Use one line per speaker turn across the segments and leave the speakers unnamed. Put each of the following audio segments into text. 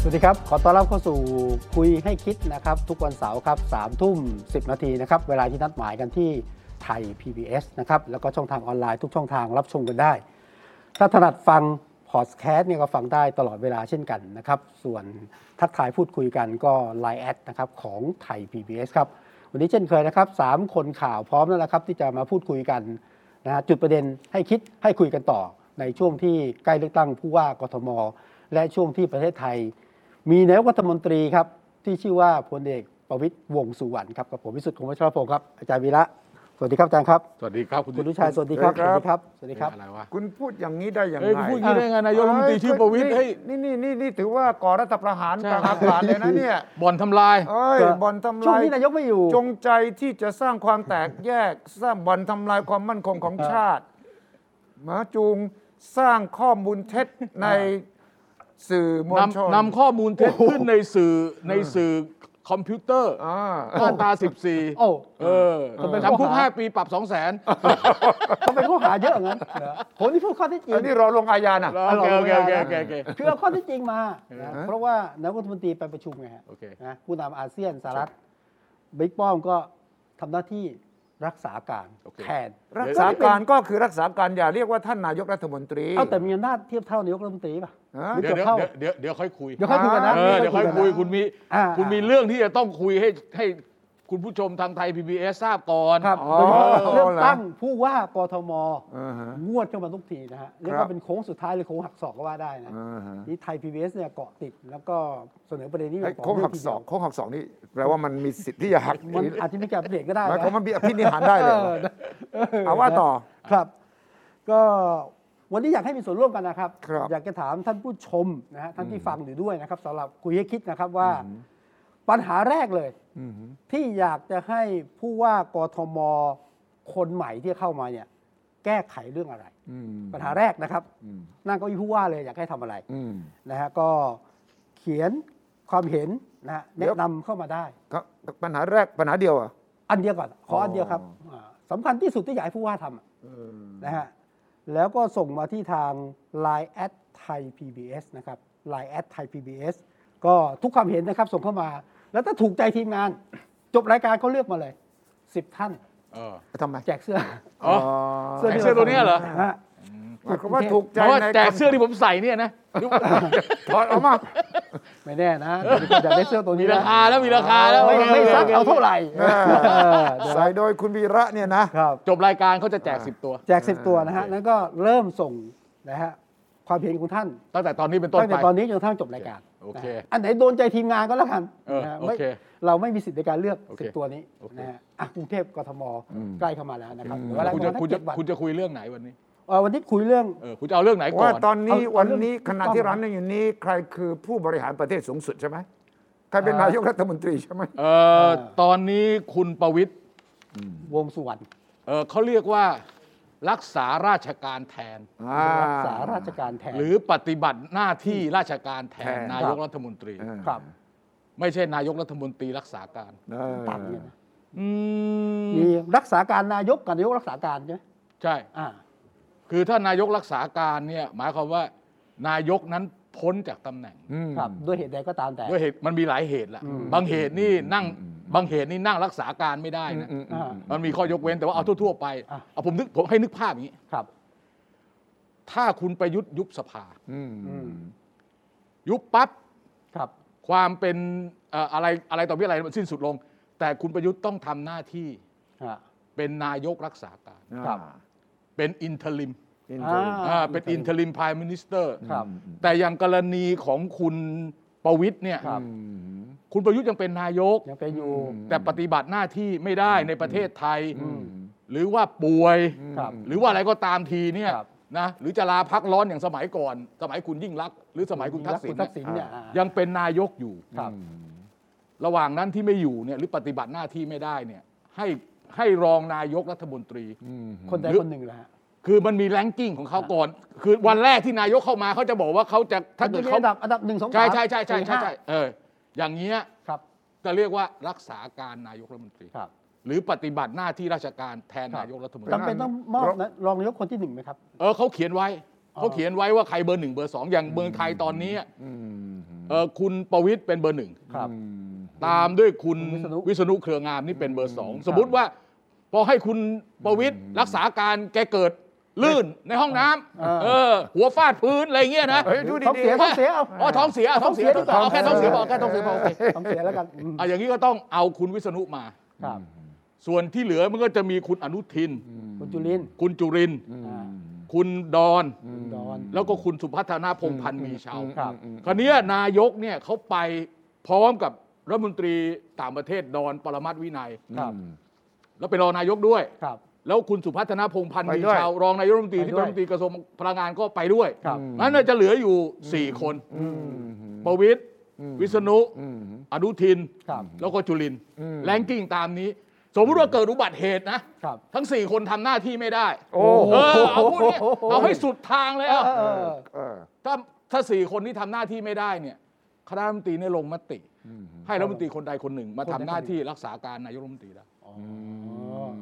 สวัสดีครับ ขอต้อนรับเข้าสู่คุยให้คิดนะครับ ทุกวันเสาร์ครับสามทุ่มสินาทีนะครับ เวลาที่นัดหมายกันที่ไทย PBS นะครับ แล้วก็ช่องทางออนไลน์ทุกช่องทางรับชมกันได้ ถ้าถนัดฟังพอดแคสต์เนี่ยก็ฟังได้ตลอดเวลาเช่นกันนะครับ ส่วนทักทายพูดคุยกันก็ Line แอดนะครับของไทย PBS ครับ วันนี้เช่นเคยนะครับสามคนข่าวพร้อมแล้วนะครับ ที่จะมาพูดคุยกันนะฮะจุดประเด็นให้คิดให้คุยกันต่อ ในช่วงที่ใกล้เลือกตั้งผู้ว่ากทม และช่วงที่ประเทศไทย มีนายกรัฐมนตรีครับ ที่ชื่อว่าพลเอกประวิตยวงษ์สุวรรณครับกับผมวิสุทธิ์คงวัชรพงศ์ครับอาจารย์วีระสวัสดีครับอาจารย์ครับ
สวัสดีครับ คุณ
คุณลุชัยสวัสดีครับ
สวัสดีครับ
สวัสดีครับ
อะไรวะ
คุณพูดอย่างนี้ได้อย่าง
เอ้ย
ไร
พูดอย่างนี้ได้ไงนายกรัฐมนตรีชื่อประวิตรเฮ้ย
นี่นี่นี่นี่ถือว่าก่อรัฐประหาร
ใช่
กลางอากาศเลยนะเนี่ย
บ่อนทำลาย
เอ้ย
ก็
บอลทำ
ช่วง
ลาย
ที่นายกไม่อยู่
จงใจที่จะสร้างความแตกแยก สร้างบอลทำลายความมั่นคงของ
เออ
ชาติหมาจูงสร้างข้อมูลเท็จในสื่อมวลชน
นำนำข้อมูลเท็จขึ้นในสื่อในสื่อคอมพิวเตอร์
อ่า
มาตรา
โอ้
14 เออ
ทำไม
จำคุก 5 ปีปรับ 2 0 0 0 0น
เขาเป็นผู้หาเยอะงั้นเหรอผมนี่พูดข้อเท็จจริง
อันนี้รอลงอาญาน่ะ
โอเคโอเคโอเคโอเคโอเค
คือเอาข้อเที่จริงมานะ
เออ
เพราะว่านายกรัฐมนตรีไปประชุมไงฮะ
โอเค
นะผู้นำอาเซียนสหรัฐบิ๊กป้อมก็ทำหน้าที่รักษาการ
โอเค
แทน
รักษาการก็คือรักษาการอย่าเรียกว่าท่านนายกรัฐมนตรี
เอาแต่มีอำนาจเทียบเท่านายกรัฐมนตรีป่ะ
ฮะ
หรือ
เดี๋ยว
จะเข้า
เดี๋ยวเดี๋ยวเดี๋ยวค่อยคุย
เดี๋ยวค่อยคุยกันนะ
เออเดี๋ยวค่อยคุย
กันนะ
คุณมี
อ่า
คุณมีเรื่องที่จะต้องคุยให้ให้คุณผู้ชมทางไทย PBS ทราบก่อน
ครับ
อ๋อ
โดยเฉพาะเรื่อง
เหรอ
ตั้งผู้ว่ากทม
อ่าฮะ
งวดเข้ามาทุกทีนะฮะเรียก
ครั
ว่า
บ
เป็นโค้งสุดท้ายเลยโค้งหักศอกก็ว่าได้นะ
อ่าฮะ
นี่ไทย PBS เนี่ยเกาะติดแล้วก็เสนอประเด็นนี้อ
ไอ้
ย่างต่อ
โค้ง
เนื่อ
หั
ง
ก
ที
ศ
เดี
อย ก
ว
โค้งหักศอกนี่แปลว่ามันมีสิทธิ์ที่จะหัก
มันอาจจะมีการเปลี่ยนก็ได้
หมาย
นะ
ความว่ามีอภินิหารได้เลยเหรอ เอาว่าต่อ
ครับ ก็วันนี้อยากให้มีส่วนร่วมกันนะครับ
ครับ
อยากจะถามท่านผู้ชมนะฮะท่านที่ฟังอยู่ด้วยนะครับสำหรับคุยให้คิดนะครับว่า ปัญหาแรกเลย
อืม
ที่อยากจะให้ผู้ว่ากทมคนใหม่ที่เข้ามาเนี่ย แก้ไขเรื่องอะไร
อืม
ปัญหาแรกนะครับ
อืม
นั่งเก็อีผู้ว่าเลยอยากให้ทำอะไร
อืม
นะฮะก็เขียนความเห็นนะฮะ
เดี๋
แนะ
ยว
นำเข้ามาได้
ก็ปัญหาแรกปัญหาเดียวเหรอ่ะ
อันเดียวก่อนขออัน
อ๋อ
เดียวครับอ่าสำคัญที่สุดที่อยากให้ผู้ว่าทำอะ นะฮะแล้วก็ส่งมาที่ทาง Line แอดไทย PBS นะครับ Line แอดไทย PBS ก็ทุกความเห็นนะครับส่งเข้ามา แล้วถ้าถูกใจทีมงาน จบรายการเขาเลือกมาเลย 10 ท่าน
เออ
ทำไม
แจกเสื้อ
อ๋อ แจกเสื้อตัวเนี้ยเหรอ
ฮะ
หมายความว่าถูก
เพ
ใจ
ราะว่า
ใน
แจกเสื้อที่ผมใส่เนี่ยนะ
ถอดออกมา
ไม่แน่นะเดี๋ยวมีคนอยากได้เสื้อตัว
มี
นี้
รา
นะ
คาแล้วมีราคาแล้ว
ไม่ไม่ซักเอาเท่าไหร่
เออ
เออเดี๋ยว
ใส่โดยคุณวีระเนี่ยนะ
ครับ
จบรายการเขาจะแจก 10 ตัว
แจก 10 ตัวนะฮะแล้วก็เริ่มส่งนะฮะความเห็นของท่าน
ตั้งแต่ตอนนี้เป็นต้น
ตั้ง
ไป
แต่ตอนนี้จนกระทั่งจบรายการ
โอเค
นะฮะอันไหนโดนใจทีมงานก็แล้วกัน
เออ
นะฮะ
โอ
ไม่
เค
เราไม่มีสิทธิ์ในการเลือก
โอเค
สิบตัวนี้
โอเค
นะฮะอ่ะกรุงเทพกทม
อืม
ใกล้เข้ามาแล้วนะครับเดี๋ยวเวลา
คุณจะ
ประมาณสัก
คุ
เจ็ดวัน
ณจะคุณจะคุยเรื่องไหนวันนี้
เอ่อวันนี้คุยเรื่อง
เออคุณจะเอาเรื่องไหนก่อ
ว่าน ตอนนี้
เอา
วันนี้
เอาเรื่อง
ขณะที่
ถูกต้อง
ร้านนั่งอยู่นี้ ใครคือผู้บริหารประเทศสูงสุดใช่ไหมใครเป็นนายกรัฐมนตรีใช่ไหม
เออตอนนี้คุณประวิทย์
วงสุวรรณ
เออเขาเรียกว่ารักษาราชการแทน
อ่า
รักษาราชการแทน
หรือปฏิบัติหน้าที่ราชการแทน
แทน
นายกรัฐมนตรี
เออ
ครับ
ไม่ใช่นายกรัฐมนตรีรักษาการ
เออ
ต่างกันนะ
อืม
มีรักษาการนายกกับนายกรักษาการใช่ไหม
ใช่
อ่า
คือถ้านายกรักษาการเนี่ยหมายความว่านายกนั้นพ้นจากตำแหน่ง
อืม
ครับด้วยเหตุใดก็ตามแต่
ด้วยเหตุมันมีหลายเหตุแหละบางเหตุนี่นั่งบางเหตุนี่นั่งรักษาการไม่ได้นะ
อืมอืมอืม
มันมีข้อยกเว้นแต่ว่าเอาทั่วๆไป
อ่ะ
เอาผมนึกผมให้นึกภาพอย่างนี้
ครับ
ถ้าคุณประยุทธ์ยุบสภา
อืม
อืม
ยุบปั๊บ
ครับ
ความเป็นเอ่ออะไรอะไรต่อมีอะไรมันสิ้นสุดลง แต่คุณประยุทธ์ต้องทำหน้าที่
ฮะ
เป็นนายกรักษาการ
ครับ
เป็นอินเทอริม
อินเทอร์
อ่า
เป็นอินเทอริมพายมินิสเตอร์
ครับ
แต่อย่างกรณีของคุณประวิทย์เนี่ย
ครับ
คุณประยุทธ์ยังเป็นนายก
ยังเป็นอยู่
แต่ปฏิบัติหน้าที่ไม่ได้ในประเทศไทย
อืม
หรือว่าป่วย
ครับ
หรือว่าอะไรก็ตามทีเนี่ย
ครับ
นะหรือจะลาพักร้อนอย่างสมัยก่อน สมัยคุณยิ่งรักษณ์หรือสมัยคุณทักษิณ
ทักษิณ
เนี่ย
เนี่ยอ่า
ยังเป็นนายกอยู่
ครับ
ระหว่างนั้นที่ไม่อยู่เนี่ยหรือปฏิบัติหน้าที่ไม่ได้เนี่ยให้ให้รองนายกรัฐมนตรี
คนใดคนหนึ่งแหละฮะ
คือมันมีแรงกิ้งของเขาก่อน คือวันแรกที่นายกเข้ามาเขาจะบอกว่าเขาจะถ้าเกิดเขา
อันดับอันดับหนึ่งสองสาม
ใช่ใช่ใช่ใช่
สี่
ใช่
ห้า
ใช่เอออย่างเงี้ย
ครับ
จะเรียกว่ารักษาการนายกรัฐมนตรี
ครับ
หรือปฏิบัติหน้าที่ราชการแทน
ครับ
นายกรัฐมนต
ครั
รี
บ
จำเป็นต้องมอบนะรองนายกคนที่หนึ่งไหมครับ
เออเขาเขียนไว้
อ๋อ
เขาเขียนไว้ว่าใครเบอร์หนึ่งเบอร์สองอย่างเมืองไทยตอนนี้เออคุณประวิตยเป็นเบอร์หนึ่ง
ครับ
ตามด้วยคุณ
คุณวิษณุ
วิษณุเครืองามนี่เป็นเบอร์สองสมมติว่า พอให้คุณประวิตยรักษาการแกเกิดลื่นในห้องน้ำ
เออ
เออ หัวฟาดพื้นอะไรเงี้ยนะ
เฮ้ยดู
ท้อง
ดี
เสีย
ๆ
ท้องเสียเอา
อ๋อท้องเสียท้องเสีย
ท้องเสีย
เอาแค่ท้องเสียพอแค่ท้องเสียพอโอเค
ท้องเสียแล้วกันอืม
อ่ะอย่างนี้ก็ต้องเอาคุณวิษณุมา
ครับ
ส่วนที่เหลือมันก็จะมีคุณอนุทิน
คุณจุลินทร์
คุณจุรินทร์
อ่า
คุณดอน
คุณดอน
แล้วก็คุณสุพัฒนาพงษ์พันธ์มีชาว
ครับ
คราวเนี้ยนายกเนี่ยเขาไปพร้อมกับรัฐมนตรีต่างประเทศดอนปรมัตถ์วินัย
ครับ
แล้วเป็นรองนายกด้วย
ครับ
แล้วคุณสุพัฒนาพงษ์พันธ์
ไป
มี
ด้วย
ชาวรองนายกรัฐมนตรี
ไปด้วย
ที่เป็นรัฐมนตรีกระทรวงพลังงานก็ไปด้วย
ครับ
นั้นน่าจะเหลืออยู่สี่คนประวิตยวิษณุอนุทิน
ครับ
แล้วก็จุลินทร์แรงกิ้งตามนี้ สมมติว่าเกิดอุบัติเหตุนะ
ครับ
ทั้ง 4 คนทำหน้าที่ไม่ได้
โอ้โห
เออเอาพวกเนี้ยเอาให้สุดทางเลยเอา
เออ
เออ
ถ้าถ้าสี่คนที่ทำหน้าที่ไม่ได้เนี่ยคณะรัฐมนตรีเนี่ยลงมติ ให้รัฐมนตรีคนใดคนหนึ่ง มาทำหน้าที่รักษาการนายกรัฐมนตรีได้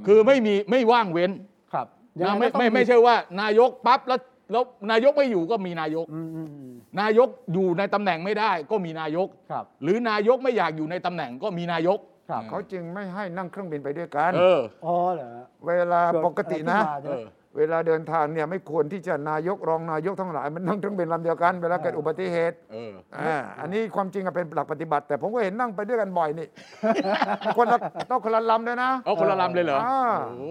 คือไม่มีไม่ว่างเว้น
ครับ
นะ
งง
ไม่
ก็ต้อง
ไม่ไม่ใช่ว่านายกปั๊บแล้วแล้วนายกไม่อยู่ก็มีนายก
อืมอืมอืม
นายกอยู่ในตำแหน่งไม่ได้ก็มีนายก
ครับ
หรือนายกไม่อยากอยู่ในตำแหน่งก็มีนายก
ครับ
เขาจึงไม่ให้นั่งเครื่องบินไปด้วยกัน
เออ
อ๋อเหรอ
เวลาปกตินะ
เกิดอะไรขึ้มาใช่
เอ
ไหม
อ
เวลาเดินทางเนี่ยไม่ควรที่จะนายกรองนายกทั้งหลาย มันนั่งเครื่องบินลำเดียวกันเวลาเกิดอุบัติเหตุ
เออ
อ่าอันนี้ความจริงอะเป็นหลักปฏิบัติ แต่ผมก็เห็นนั่งไปด้วยกันบ่อยนี่ คนละต้องคนละลำด้วยนะ
เอาคนละลำเลยเหรอ
อ่า
โอ้โห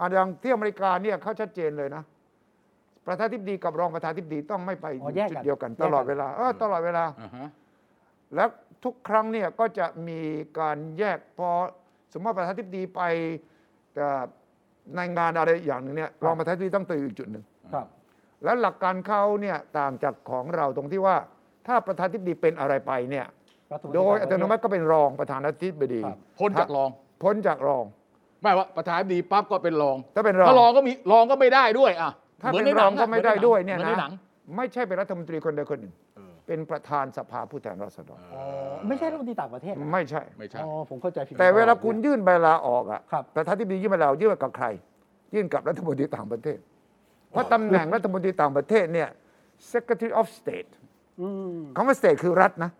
อะอย่างที่อเมริกาเนี่ยเขาชัดเจนเลยนะ ประธานาธิบดีกับรองประธานาธิบดีต้องไม่ไป
อ๋อแยกกัน
จุดเดียวกัน
แยกกัน
ตลอดเวลาเออตลอดเวลา
อ่าฮะ
แล้วทุกครั้งเนี่ยก็จะมีการแยกพอสมมติประธานาธิบดีไปเอ่อในงานอะไรอย่างหนึ่งเนี่ยรองประธานาธิบดีต้องไปอยู่อีกจุดหนึ่ง
ครับ
แล้วหลักการเขาเนี่ยต่างจากของเราตรงที่ว่าถ้าประธานาธิบดีเป็นอะไรไปเนี่ยโดยอัตโนมัติก็เป็นรองประธานาธิบดี
ครับ
พ้นจากรอง
พ้นจากรอง
ไม่ว่าประธานาธิบดีปั๊บก็เป็นรอง
ถ้าเป็นรอง
ถ้ารองก็มีรองก็ไม่ได้ด้วยอ่ะ
ถ้า
หมื
เป็น
ให
รอง
งะ
ก็ไม่ได้ด้วยเนี่ย
หมือ
นะ
ใหง
ไม่ใช่เป็นรัฐมนตรีคนใดคนหนึ่ง
เออ
เป็นประธานสภาผู้แทนราษฎร
อ๋อไม่ใช่รัฐมนตรีต่างประเทศนะ
ไม่ใช่
ไม่ใช่
อ๋อผมเข้าใจผิด
แต่เวลาคุณยื่นใบลาออกอ่ะ
ครับ
ประธานาธิบดียื่นใบลาออกยื่นกับใคร ยื่นกับรัฐมนตรีต่างประเทศ เพราะตำแหน่งรัฐมนตรีต่างประเทศเนี่ย Secretary of State
อืม
คำว่า state คือรัฐนะ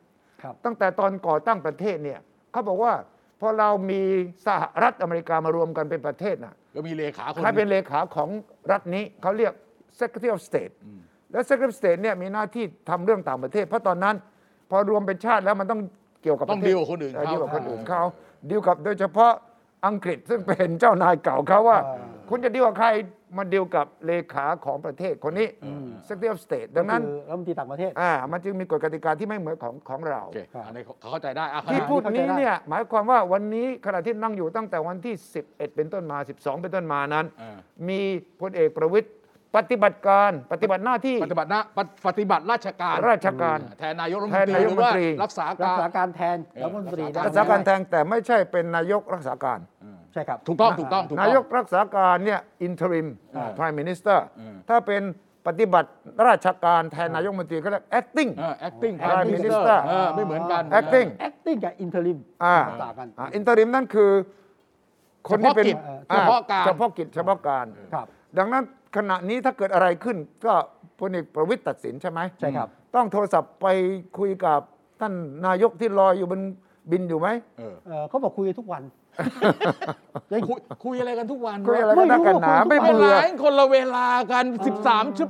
ครับ ตั้งแต่ตอนก่อตั้งประเทศเนี่ยเขาบอกว่าพอเรามีสหรัฐอเมริกามารวมกันเป็นประเทศนะ
ก็มีเลขาคน
ใครเป็นเลขาของรัฐนี้เขาเรียก Secretary of State และ Secretary of State เนี่ยมีหน้าที่ทำเรื่องต่างประเทศ เพราะตอนนั้น พอรวมเป็นชาติแล้วมันต้องเกี่ยวกับ
ต้อง
ประเทศ
ดีลกับคนอื่น
เออดีลกับคนอื่นเขา
เ
ดีลกับโดยเฉพาะอังกฤษซึ่งเป็นเจ้านายเก่าเขาว่า
อ่า
คุณจะดีลกับใครมาดีลกับเลขาของประเทศคนนี้ Secretary of State ดังนั้น
คือรัฐมนตรีต่างประเทศ
อ่ามันจึงมีกฎกติกาที่ไม่เหมือนของของเรา
โอเคอันนี้เขาเข้าใจได้อ่ะ
ที่
อ่า
พูดนี้
เข้าใจได้
เนี่ยหมายความว่าวันนี้ขณะที่นั่งอยู่ตั้งแต่วันที่ 11 เป็นต้นมา 12 เป็นต้นมานั้น
เออ
มีพลเอกประวิตยปฏิบัติการปฏิบัติหน้าที่
ปฏิบัติหน้าปฏิปฏิบัติราชการ
ราชการ
แทนนายกรัฐม
แท
น
น
ตรี
นาย
ห
ก
รือ
รัฐม
ว่าน
ตรี
รักษา
รั
กาก
ษาร การแทน
เออ
รัฐมนตรีได้
รั
รักษาการแทนแต่ไม่ใช่เป็นนายกรักษาการ
ใช่ครับ
ถูกต้องถูกต้องถูกต้อง
นายกรักษาการเนี่ย interim
อ่า
prime minister
อืม
ถ้าเป็นปฏิบัติราชการแทนนายกรัฐมนตรีก็เรียก acting
เออ acting
Prime
Prime Minister
Minister
เออไม่เหมือนกัน
acting
acting กับ interim
อ่า
ต่างกัน
อ่า interim นั่นคือคนที่เป็น
เฉพาะกิจ
อ่
เฉพาะการ
เฉพาะกิจเฉพาะการ
ครับ
ดังนั้นขณะนี้ถ้าเกิดอะไรขึ้นก็พลเอกประวิตยตัดสินใช่ไหม
ใช่ครับ
ต้องโทรศัพท์ไปคุยกับท่านนายกที่ลอยอยู่บนบินอยู่ไหม
เออ
เอ่อเขาบอกคุยกันทุกวันยัง
คุยคุยอะไรกันทุกวัน
คุยอะไร
ไม่
กันนัก
รู้
กันหนา
ว่าคุย
ไม่
ไม่
เบื่อ
ร้ายคนละเวลากัน 13ชั่ว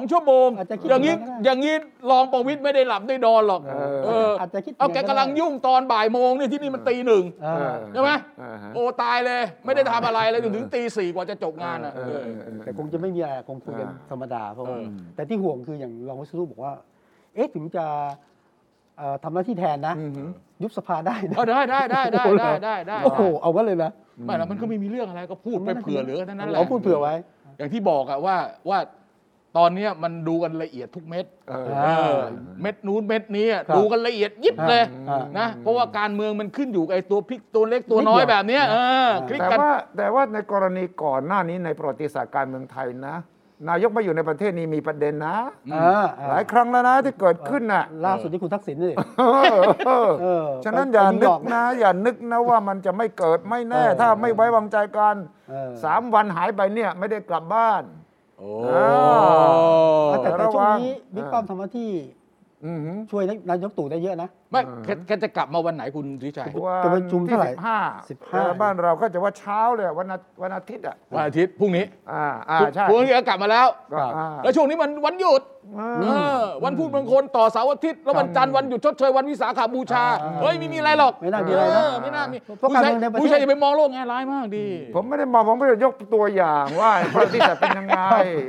12 ชั่วโมง
อาจจะคิด
อย่างนี้
อย่างนั้นก็ได้
อย่างนี้รองประวิตยไม่ได้หลับได้นอนหรอก
เออ
เออ
อาจจะคิด
เอาแกกำลังยุ่งตอนบ่ายโมงเนี่ยที่นี่มันตีหนึ่ง
เออ
ใช่ไหม
เออฮะ
โอ้ตายเลย ไม่ได้ทำอะไรเลยจนถึงตีสี่กว่าจะจบงานอ่ะ
เออ
เออ
เออ
แต่คงจะไม่มีอะไรคงคุยกัน
อ่า
ธรรมดาเพราะว่า
เออ
แต่ที่ห่วงคืออย่างรองวิศนุบอกว่า เอ๊ะถึงจะเอ่อทำหน้าที่แทนนะ ยุบสภาได้นะ
เอาได้ได้ได้ได้ได้ได้ได้
โอ้โหเอาไว้เลยนะ
ไม่แล้วมันก็ไม่มีเรื่องอะไรก็พูดไปเผื่อเหลือเท่านั้นแหละ
เอาพูดเผื่อไว้
อย่างที่บอกอะว่าว่า ตอนเนี้ยมันดูกันละเอียดทุกเม็ด
เออ
เอ
อ่า
อเม็ดนู้นเม็ดนี้อะ
ครับ
ดูกันละเอียดยิบเลย
อ่า
นะเพราะว่าการเมืองมันขึ้นอยู่กับไอ้ตัวพลิกตัวเล็กตัวน้อย
นิดเดียว
แบบเนี้ยเออ
อ่า
คลิกกั
แต่
น
ว่าแต่ว่าในกรณีก่อนหน้านี้ในประวัติศาสตร์การเมืองไทยนะ นายกมาอยู่ในประเทศนี้มีประเด็นนะ
อ่าอ่า
หลายครั้งแล้วนะที่เกิดขึ้นน่ะ
ล่าสุดที่คุณทักษิณนี่
เออเออ
เออ
ฉะนั้น
ไป
อย่า
ไปนิว
นึ
ย
ก
อร์ก
นะ อย่านึกนะว่ามันจะไม่เกิดไม่แน่
เออ
ถ้าไม่ไว้วางใจกัน
เออ
สามวันหายไปเนี่ยไม่ได้กลับบ้าน
โอ้
อ่า
แต่แต่
ระ
ช่
วั
วง
ง
นี้บิ๊ก
อ่า
ป้อมทำหน้าที่
อือหือ
ช่วยนายกตู่ได้เยอะนะ
ไม่แกแกจะกลับมาวันไหนคุณทิชัย
จะประชุมเท่าไหร่
วันที่สิบห้า
สิบห้า
เออบ้านเราก็จะว่าเช้าเลยวันอาวันอาทิตย์อ่ะ
วันอาทิตย์พรุ่งนี้
อ่าอ่าใช่
พรุ่งนี้ก็กลับมาแล้ว
ก็อ่า
แล้วช่วงนี้มันวันหยุด
เออ
เออวันพุธบางคนต่อเสาร์อาทิตย์แล้ววันจันทร์วันหยุดชดเชยวันวิสาขบูชา
อ่า
เฮ้ยไม่มีอะไรหรอก
ไม่น่ามีอะไรนะ
เไม่น่ามี
เพราะการเมืองในประเทศ
ผู้ชายอย่าไปมองโลกแง่ร้ายมากดี
ผมไม่ได้มองผมไม่ได้ยกตัวอย่างว่าประเทศจะเป็นยังไง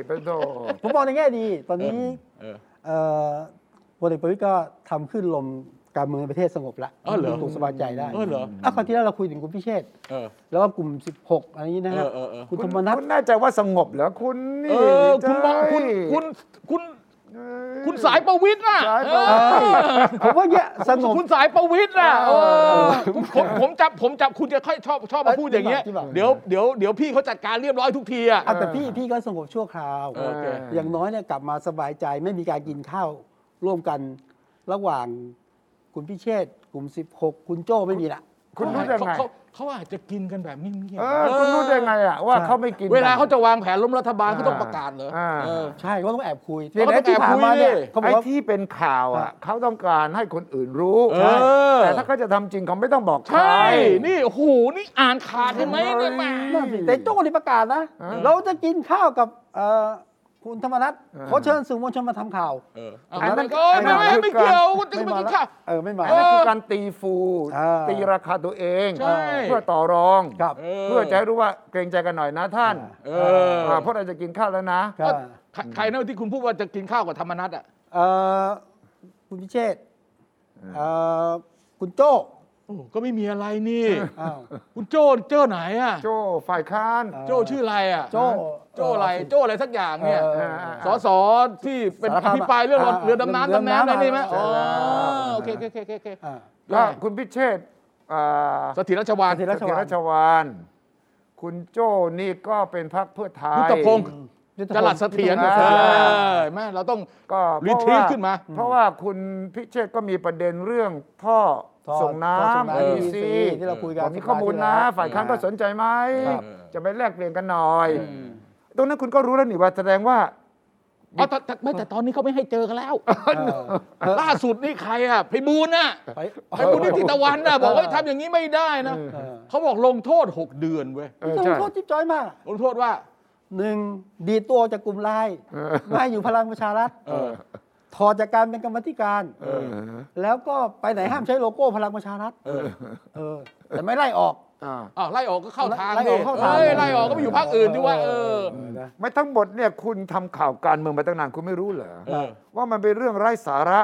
เป็นโต
ผมมองในแง่ดี ตอนนี้
เออ
เอ่อพลเอกประวิตยก็ทำขึ้นลมการเมืองในประเทศสงบละ
อ๋อเหรอ
ลุงตู่สบายใจได้
เออเหรอ
อ่ะคราวที่แล้วเราคุยถึงคุณพิเชษฐ์
เออ
แล้วก็กลุ่ม 16อะไรนี้นะฮะ
เออเออเออ
คุณธรรม
คุณ
นัท
คุณแน่ใจว่าสงบเหรอคุณ
เอ
นี่
อคุณมองคุณคุณคุณ
เอ้ย
คุณสายประวิทย์น่ะ
สาย
เ
ประวิตร
ออ
ผมว่าเนี่ยสงบ
คุณสายประวิทย์น่ะเอ
เออ
อผมผมผมจับผมจับคุณจะค่อยชอบชอบมาพูดอย่างเงี้ย
ที่บอกที่บอก
เดี๋ยวเดี๋ยวเดี๋ยวพี่เขาจัดการเรียบร้อยทุกทีอ่ะ
อ่ะแต่พี่พี่ก็สงบชั่วคราว
เออ โค
อย่างน้อยเนี่ยกลับมาสบายใจไม่มีการกินข้าวร่วมกันระหว่างคุณพิเชษฐ์กลุ่ม 16 คุณโจ้ไม่มีละ
คุณรู้ได้ไง
เขาเขาเขาอาจจะกินกันแบบเงียบๆ
เออคุณรู้ได้ไงอ่ะว่า
ใช่
เขาไม่กิน
เวลาเขาจะวางแผนล้มรัฐบาลเขาต้องประกาศเหรออา เออ
ใช่ก็ต้องแอบคุย
เขาต้องแอ
ที่
บคุย
ผ่านมาเนี่ยเขาบอ
ไอ้
กว่า
ที่เป็นข่าวอ่ะเขาต้องการให้คนอื่นรู้
เออ
แต่ถ้าเขาจะทำจริงเขาไม่ต้องบอกใคร
ใช่ นี่โอ้โห นี่อ่านขาดใช่ไหมเนี่ยแหม่
นั่นสิแต่โจ้นี่ประกาศนะ
เออ
เราจะกินข้าวกับเอ่อคุณธรรมนัฐ
เออ
ขอเชิญสื่อมวลชนมาทำข่าว
เออเอาอันนั้นก็ไม่ไม่ไม่เกี่ยวคุณจะไม่กินข้าว
เออไม่มา
อันนั้นคือการตีฟู
เออ
ตีราคาตัวเอง
ใช่
เพื่อต่อรอง
ครับ
เอ
เพื่อจะให้รู้ว่าเกรงใจกันหน่อยนะท่าน
เออ
อ่าเพราะเราจะกินข้าวแล้วนะ
ก็
ใครใครนะที่คุณพูดว่าจะกินข้าวกับธรรมนัตอ่ะ
เอ่อคุณพิเชษฐ์เอ่อคุณโจ้
โอ้ก็ไม่มีอะไรนี่
อ้าว
คุณโจ้เจ้าไหนอ่ะ
โจ้ฝ่ายค้าน
โจ้ชื่ออะไรอ่ะ
โจ้
โจ้อะไร โจ้อะไรสักอย่างเนี่ย
ออ
เ
สสที่เป็น
สาร
อ
ภาพ
ภิปรายเรื่อง
อ่า
เรือดำน้ำ
เรือ
ดำ
ดำน้ำ
น้ำอะไรนี่ไหม
อ่า
อ๋อ
ใช่
โอเคโอเคโอเคโอเค
อ่า
ก็คุณพิเชษฐ์อ่า
สถิรชวาน
สถิร
เสถียรชวาน คุณโจ้นี่ก็เป็นพรรคเพื่อไทย
ยุทธพงศ์จรัสเสถียร
ยุทธพ
เอง
ศ์
อแม่เราต้อง
ก็เพ
รี
ราะ
ทรี
ว่า
ทขึ้นมา
เพราะว่าคุณพิเชษฐ์ก็มีประเด็นเรื่องท่อ
ท่อ
ส่ง
ท่อส่ง
น้ำ
น้ำ
ไอซี
EC ที่เราคุยกัน
ผมมีข้อมูลนะ ฝ่ายค้านก็สนใจไหม
ครับ
จะไปแลกเปลี่ยนกันหน่อย ตรงนั้นคุณก็รู้แล้วนี่ว่าแสดงว่า
อ๋อแต่แต่ไม่แต่ตอนนี้เขาไม่ให้เจอกันแล้ว
เออ
ล่าสุดนี่ใครอ่ะไพบูลย์น่ะ
ไป
ไพบูลย์นิติตะวันน่ะบอกว่าทำอย่างนี้ไม่ได้นะ
เออ
เขาบอกลงโทษ 6 เดือนเว้ย
เออ
นี่
ใช่
เราโทษจิ๊บจ้อยมาก
ลงโทษว่า
หนึ่งดีดตัวออกจากกลุ่มไลน์มาอยู่พลังประชารัฐ
เออ
ถอดจากการเป็นกรรมธิการ แล้วก็ไปไหนห้ามใช้โลโก้พลังประชารัฐเออแต่ไม่ไล่ออก
อ่า
อ้าวไล่ออกก็เข้าทาง
ไล่ออกเข้าทาง
อ้ยไล่ออกก็ไปอยู่พรรคอื่นดีว่าเออ
นะ
ไม่ทั้งหมดเนี่ยคุณทำข่าวการเมืองมาตั้งนานคุณไม่รู้เหรอ
เออ
ว่ามันเป็นเรื่องไร้สาระ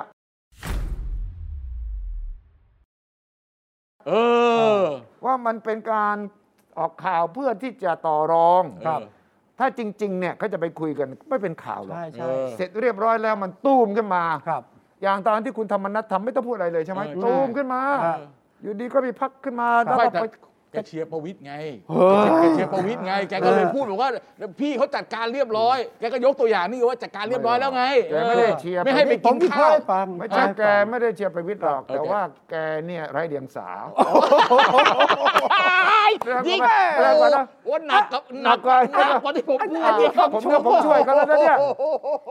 เออ
ว่ามันเป็นการออกข่าวเพื่อที่จะต่อรอง
ครับ
ถ้าจริง ๆ เนี่ยเขาจะไปคุยกันไม่เป็นข่าวหรอก
ใช่ใช่
เออ
เสร็จเรียบร้อยแล้วมันตู้มขึ้นมา
ครับ
อย่างตอนที่คุณธรรมนัฐทำไม่ต้องพูดอะไรเลยใช่ไหม
เออใช่
ตู้มขึ้นมา
เออ
อยู่ดีก็มีพักขึ้นมาแล้ว
ไม่
ก็
แต่
ไป
แกเชียร์ประวิตยไงแกเชียร์ประวิตยไง แกก็เลยพูดบอกว่า พี่เขาจัดการเรียบร้อย แกก็ยกตัวอย่างนี่ว่าจัดการเรียบร้อยแล้วไง
แกไม่ได้เชียร์
ไม่ให้ไป
ป
กิ
ระ
น
วิตร
ข้าว
ฟัง
ไม่ใช่
ห้ฟัง
แกไม่ได้เชียร์ประวิตรหรอก
เออ
แต่ว่าแกเนี่ยไร้เดียงสา
ยิ่ง
แรงกว่านะ
โอ้หนักกับหนัก
หนักกว่า
หนักกว่าที่ผมพูด
ผมเนี่ยผมช่วยกันแล้วนะเนี่ย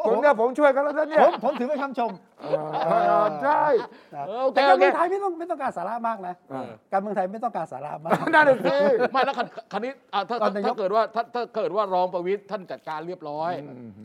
ผมเนี่ยผมช่วยกันแล้วนะเนี่ย
ผมผมถือเป็นคำชม
เออใช่
นะ
เออโอเค
แต่การ
โอเค
เมืองไทยไม่ต้องไม่ต้องการสาระมากนะ
เออ
การเมืองไทยไม่ต้องการสาระมาก
นั่นน่ะสิ
ไม่แล้วคันคันนี้อ่ะถ้า
ตอนนายก
ถ้าเกิดว่าถ้าถ้าเกิดว่ารองประวิตยท่านจัดการเรียบร้อย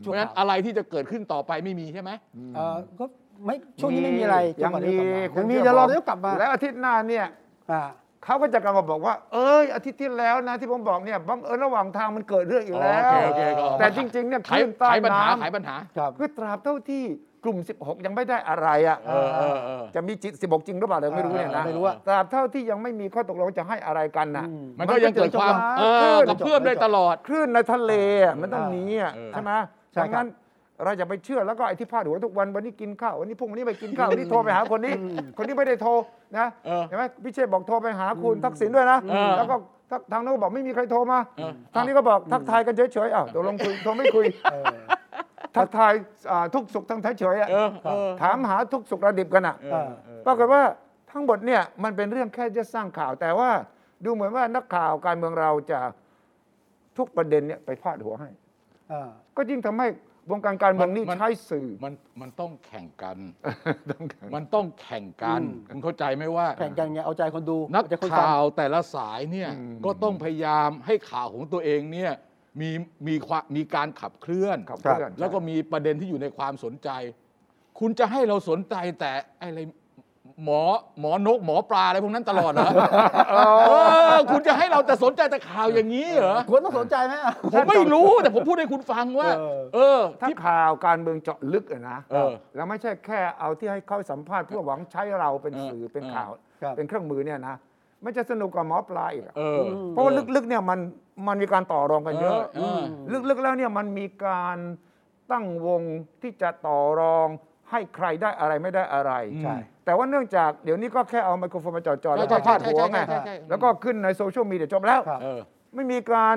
เพราะฉะนั้น
ชั่วคราว
อะไรที่จะเกิดขึ้นต่อไปไม่มีใช่ไหม
เออก็ไม่ช่วงนี้ไม่มีอะไร
ยัง
จัหวะ
มี
นี้กลับมายังมี
ชื่
เดี๋ยวรอ
ผม
เดี๋ยวกลับมา
แล้วอาทิตย์หน้าเนี่ย
อ่า
เขาก็จะกลับมาบอกว่า เอ้ยอาทิตย์ที่แล้วนะที่ผมบอกเนี่ยบังเอิญระหว่างทางมันเกิดเรื่องอีกแล้ว
โอเคโอเคก็
แต่จริงๆเนี่ยค
ขาย
ลื่นใต้
ขายปัญหา
น้
ขายปัญหา
ครับ
ำคือตราบเท่าที่กลุ่ม 16 ยังไม่ได้อะไรอ่ะ
เออเออเออ
จะมีจิต 16 จริงหรือเปล่าเราไม่รู้เนี่ยนะ
ไม่รู้อะ
ตราบเท่าที่ยังไม่มีข้อตกลงจะให้อะไรกันนะ
อืม
มันก็ยังเกิดความ
น
เอ
จะ
อ
เกิด
กับเพื่อมได้ตลอด
คลื่นในทะเลอะมันต้องหนีอ่ะ
เออ
ใช่ไหม
ใช่ครับ
ดังนั้น เราจะไปเชื่อแล้วก็ไอ้ที่พาดหัวทุกวันวันนี้กินข้าววันนี้พรุ่งนี้ไปกินข้าววันนี้โทรไปหาคนนี้ คนนี้ไม่ได้โทรนะ
เออ
เห็นไหมพิเชษบอกโทรไปหาคุณทักษิณด้วยนะ
เออ
แล้วก็ทักทางโน้นก็บอกไม่มีใครโทรมา
เออ
ทางนี้ก็บอกทักทายกันเฉยๆอ้าวตกลงคุยโทรไม่คุย
เออ
ทักทายอ่าทุกสุขทางเฉยๆอะ
เออเออ
ถามหาทุกสุขระดิบกันอ่ะ
เออเออ
ปรากฏว่าทั้งหมดเนี่ยมันเป็นเรื่องแค่จะสร้างข่าว แต่ว่าดูเหมือนว่านักข่าวการเมืองเราจะทุกประเด็นเนี่ยไปพาดหัวให้
เออ
ก็ยิ่งทำให้วงการการเมืองนี่
มัน
ใช้สื่อ
มันมันต้องแข่งกัน มันต้องแข่งกัน
อืม
คุณเข้าใจไหมว่า
แข่งกันไงเอาใจคนดู
นัก
เอาใจคนฟัง
ข่าวแต่ละสายเนี่ย
อืม
ก็ต้องพยายามให้ข่าวของตัวเองเนี่ยมีมีความมีการขับเคลื่อน
ขับเคลื่อน
แล้วก็มีประเด็นที่อยู่ในความสนใจ คุณจะให้เราสนใจแต่อะไรหมอหมอนกหมอปลาอะไรพวกนั้นตลอด เหรอ เออคุณจะให้เราแต่สนใจแต่ข่าวอย่างนี้เหรอ
ควรต้องสนใจไหมอ่ะ
ผมไม่รู้แต่ผมพูดให้คุณฟังว่า
เออ
เออ
ถ้าข่าวการเมืองเจาะลึกอะนะ
เออ
แล้วไม่ใช่แค่เอาที่ให้เขาสัมภาษณ์เพื่อหวังใช้เราเป็น
เออ
สื่อเป็น
เออ
ข่าว
ครับ
เป็นเครื่องมือเนี่ยนะมันจะสนุกกว่าหมอปลาอีกอะ
เออ
เพราะว่าลึกๆเนี่ยมันมันมีการต่อรองกันเยอะ
เออ
ลึกๆแล้วเนี่ยมันมีการตั้งวงที่จะต่อรองให้ใครได้อะไรไม่ได้อะไร
ใช่
แต่ว่าเนื่องจากเดี๋ยวนี้ก็แค่เอาไมโครโฟนมาจ่อๆแล้ว
ใช่
ก็
ใช่
พาดหัวไง
ใช่ใช่ใช่
แล้วก็ขึ้นในโซเชียลมีเดียจบแล้ว
ครับ
เออ
ไม่มีการ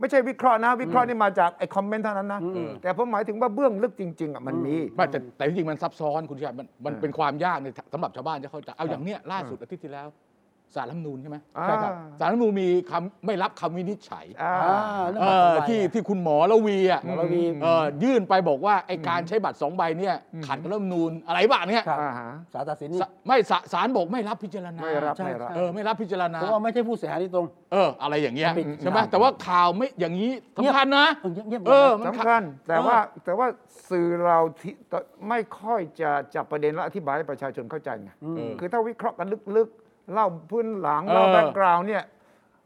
ไม่ใช่วิเคราะห์นะ วิเคราะห์นี่มาจากไอ้คอมเมนต์เท่านั้นนะ
เออ
แต่ผมหมายถึงว่าเบื้องลึกจริง ๆอ่ะมันมี
ไม่แต่แต่จริงๆมันซับซ้อนคุณชายมันมัน
เออ
เป็นความยากในสำหรับชาวบ้านจะเข้าใจเอาอย่างเนี้ยล่าสุดอาทิตย์ที่แล้วสารรัฐธรรมนูญใช่ไหม
อ่า
ใช่ครับ
สารรัฐธรรมนูญมีคำไม่รับคำวินิจฉัย
อ่า
อ่าเรื่อง
เอ
บัตร
อ
สองใบ
ที่
อ่ะ
ที่คุณหมอละวีอ่ะ
หมอระวี
เออยื่นไปบอกว่าไอการใช้บัตรสองใบเนี่ย
อืม
ขัดกับรัฐธรรมนูญอะไรบ้างเนี่ย
ครับ
อ่าฮะ
สารตัดสินนี่
สะไม่สะสารบอกไม่รับพิจารณา
ไม่รับ
ใช่
ไม่รับ
ใช่
เออไม่รับพิจารณา
ผมว่าไม่ใช่ผู้เสียหายที่ตรง
เอออะไรอย่างเงี้ย
ปิด
ใช่ไหม
ฉาก
แต่ว่าข่าวไม่อย่างนี้สำคัญนะ
เออเงียบเงียบ
เออ
นะ
มันขัด
สำคัญแต่
เออ
ว่าแต่ว่าสื่อเราที่ตไม่ค่อยจะจับประเด็นและอธิบายให้ประชาชนเข้าใจไง
เออ
คือถ้าวิเคราะห์กันลึกๆ เล่าพื้นหลัง
เออ
เล่าแบ็กกราวน์เนี่ย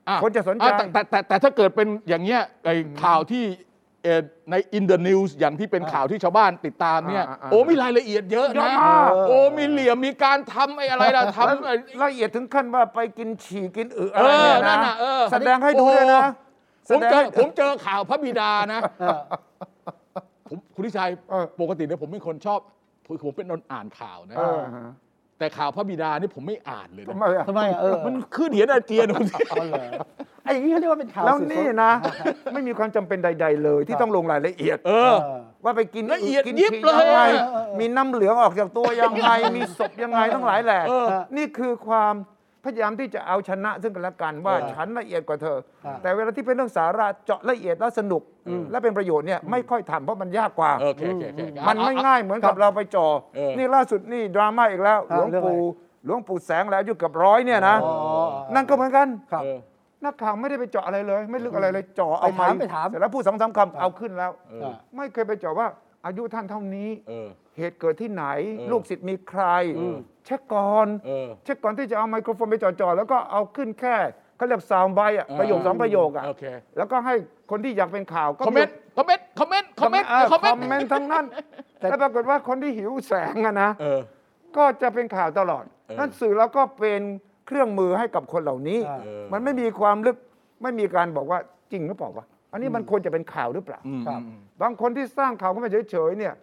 อ่
คนจะสนใจ
อ่แต่แต่แต่แต่ถ้าเกิดเป็นอย่างเงี้ยไอ้ข่าวที่เอ่อในอินเด e n นิวส์อย่างที่เป็นข่าวที่ชาวบ้านติดตามเนี่ย
อ่าอ่าอ่า
โอ้มีรายละเอียดเยอะ
เย
นะ
อะมาก
โอ้มีเหลี่ยมมีการทำไอ้อะไรล่ะทำไอ้
ละเอียดถึงขั้นว่าไปกินฉี่กินอึอะไร
เอ
เนี่ย
อนั่
นะ
นน่ะเออ
แสดงให้ดูด้วยนะแส
ผม
ดง
เจอ
ให้
ผมเจอข่าวพระบิดานะ
เออ
ผมคุณทิชัย
เออ
ปกติเนี่ยผมเป็นคนชอบคือผมเป็นคนอ่านข่าวนะ
เออฮะ
แต่ข่าวพระบิดานี่ผมไม่อ่านเลยนะ
ทำไมอะ
ทำไมอ่ะเออ
มันขึ้นเหียนอาเจียนผม
เอาเหรอไอ้อย่างนี้เขาเรียกว่าเป็นข่าว
แล้ว
สืบส
นี่นะ ไม่มีความจำเป็นใด ๆ เลย ที่ต้องลงรายละเอียด
เอ
เอ
อ
อ
ว่าไปกิน
ละเอียด
กิน
ยิบ
ฉี่
เลย
งไง
อะ
เออ
มีน้ำเหลืองออกจากตัวยัง ไง มีศพยังไงทั้งหลายแหละ
เออ
นี่คือความพยายามที่จะเอาชนะซึ่งกันและกันว่า
เออ
ฉันละเอียดกว่าเธอ
เออ
แต่เวลาที่เป็นเรื่องสาระเจาะละเอียดและสนุก และเป็นประโยชน์เนี่ยไม่ค่อยทำเพราะมันยากกว่า
โอเคโอเคโอเค
มันไม่ง่ายเหมือนกับเราไปจอ
เออ
นี่ล่าสุดนี่ดราม่าอีกแล้ว ห
อ่า
ลวง
เรื่องอะไร
ปู่หลวงปู่แสงแล้วอายุเกือบร้อยเนี่ยนะ
อ๋อ
นั่นก็เหมือนกัน
ครับ
เออ
นักข่าวไม่ได้ไปเจาะอะไรเลย ไม่ลึกอะไรเลยเจาะเอา
ไปถาม
ค์
ไปถาม
เสร็จแล้วพูดสองสามคำเอาขึ้นแล้ว
เออ
ไม่เคยไปเจาะว่าอายุท่านเท่านี้
เออ
เหตุเกิดที่ไหน
เออ
ลูกศิษย์มีใคร
เออ
เช็คก่อน
เออ
เช็คก่อนที่จะเอาไมโครโฟนไปจ่อๆแล้วก็เอาขึ้นแค่เขาเรียกซาวด์ไบต์อะ
เออ
ประโยคสองประโยคอะ
โอเค
แล้วก็ให้คนที่อยากเป็นข่าวก็
คอมเมนต์คอมเมนต์คอมเมนต์คอมเมนต์
ค
ค
อ
อ
ม
ม
เม
เม
น
นต์
ต์คอมเมนต์ทั้งนั้น แต่ปรากฏว่าคนที่หิวแสงอะนะ
เออ
ก็จะเป็นข่าวตลอด
เออ
นั่นสื่อเราก็เป็นเครื่องมือให้กับคนเหล่านี้
เอ
อ
มันไม่มีความลึก ไม่มีการบอกว่าจริงหรือเปล่าวะ อันนี้มันควรจะเป็นข่าวหรือเปล่า
อืม
ครับ
บางคนที่สร้างข่าวขึ้นมาเฉยๆเนี่ย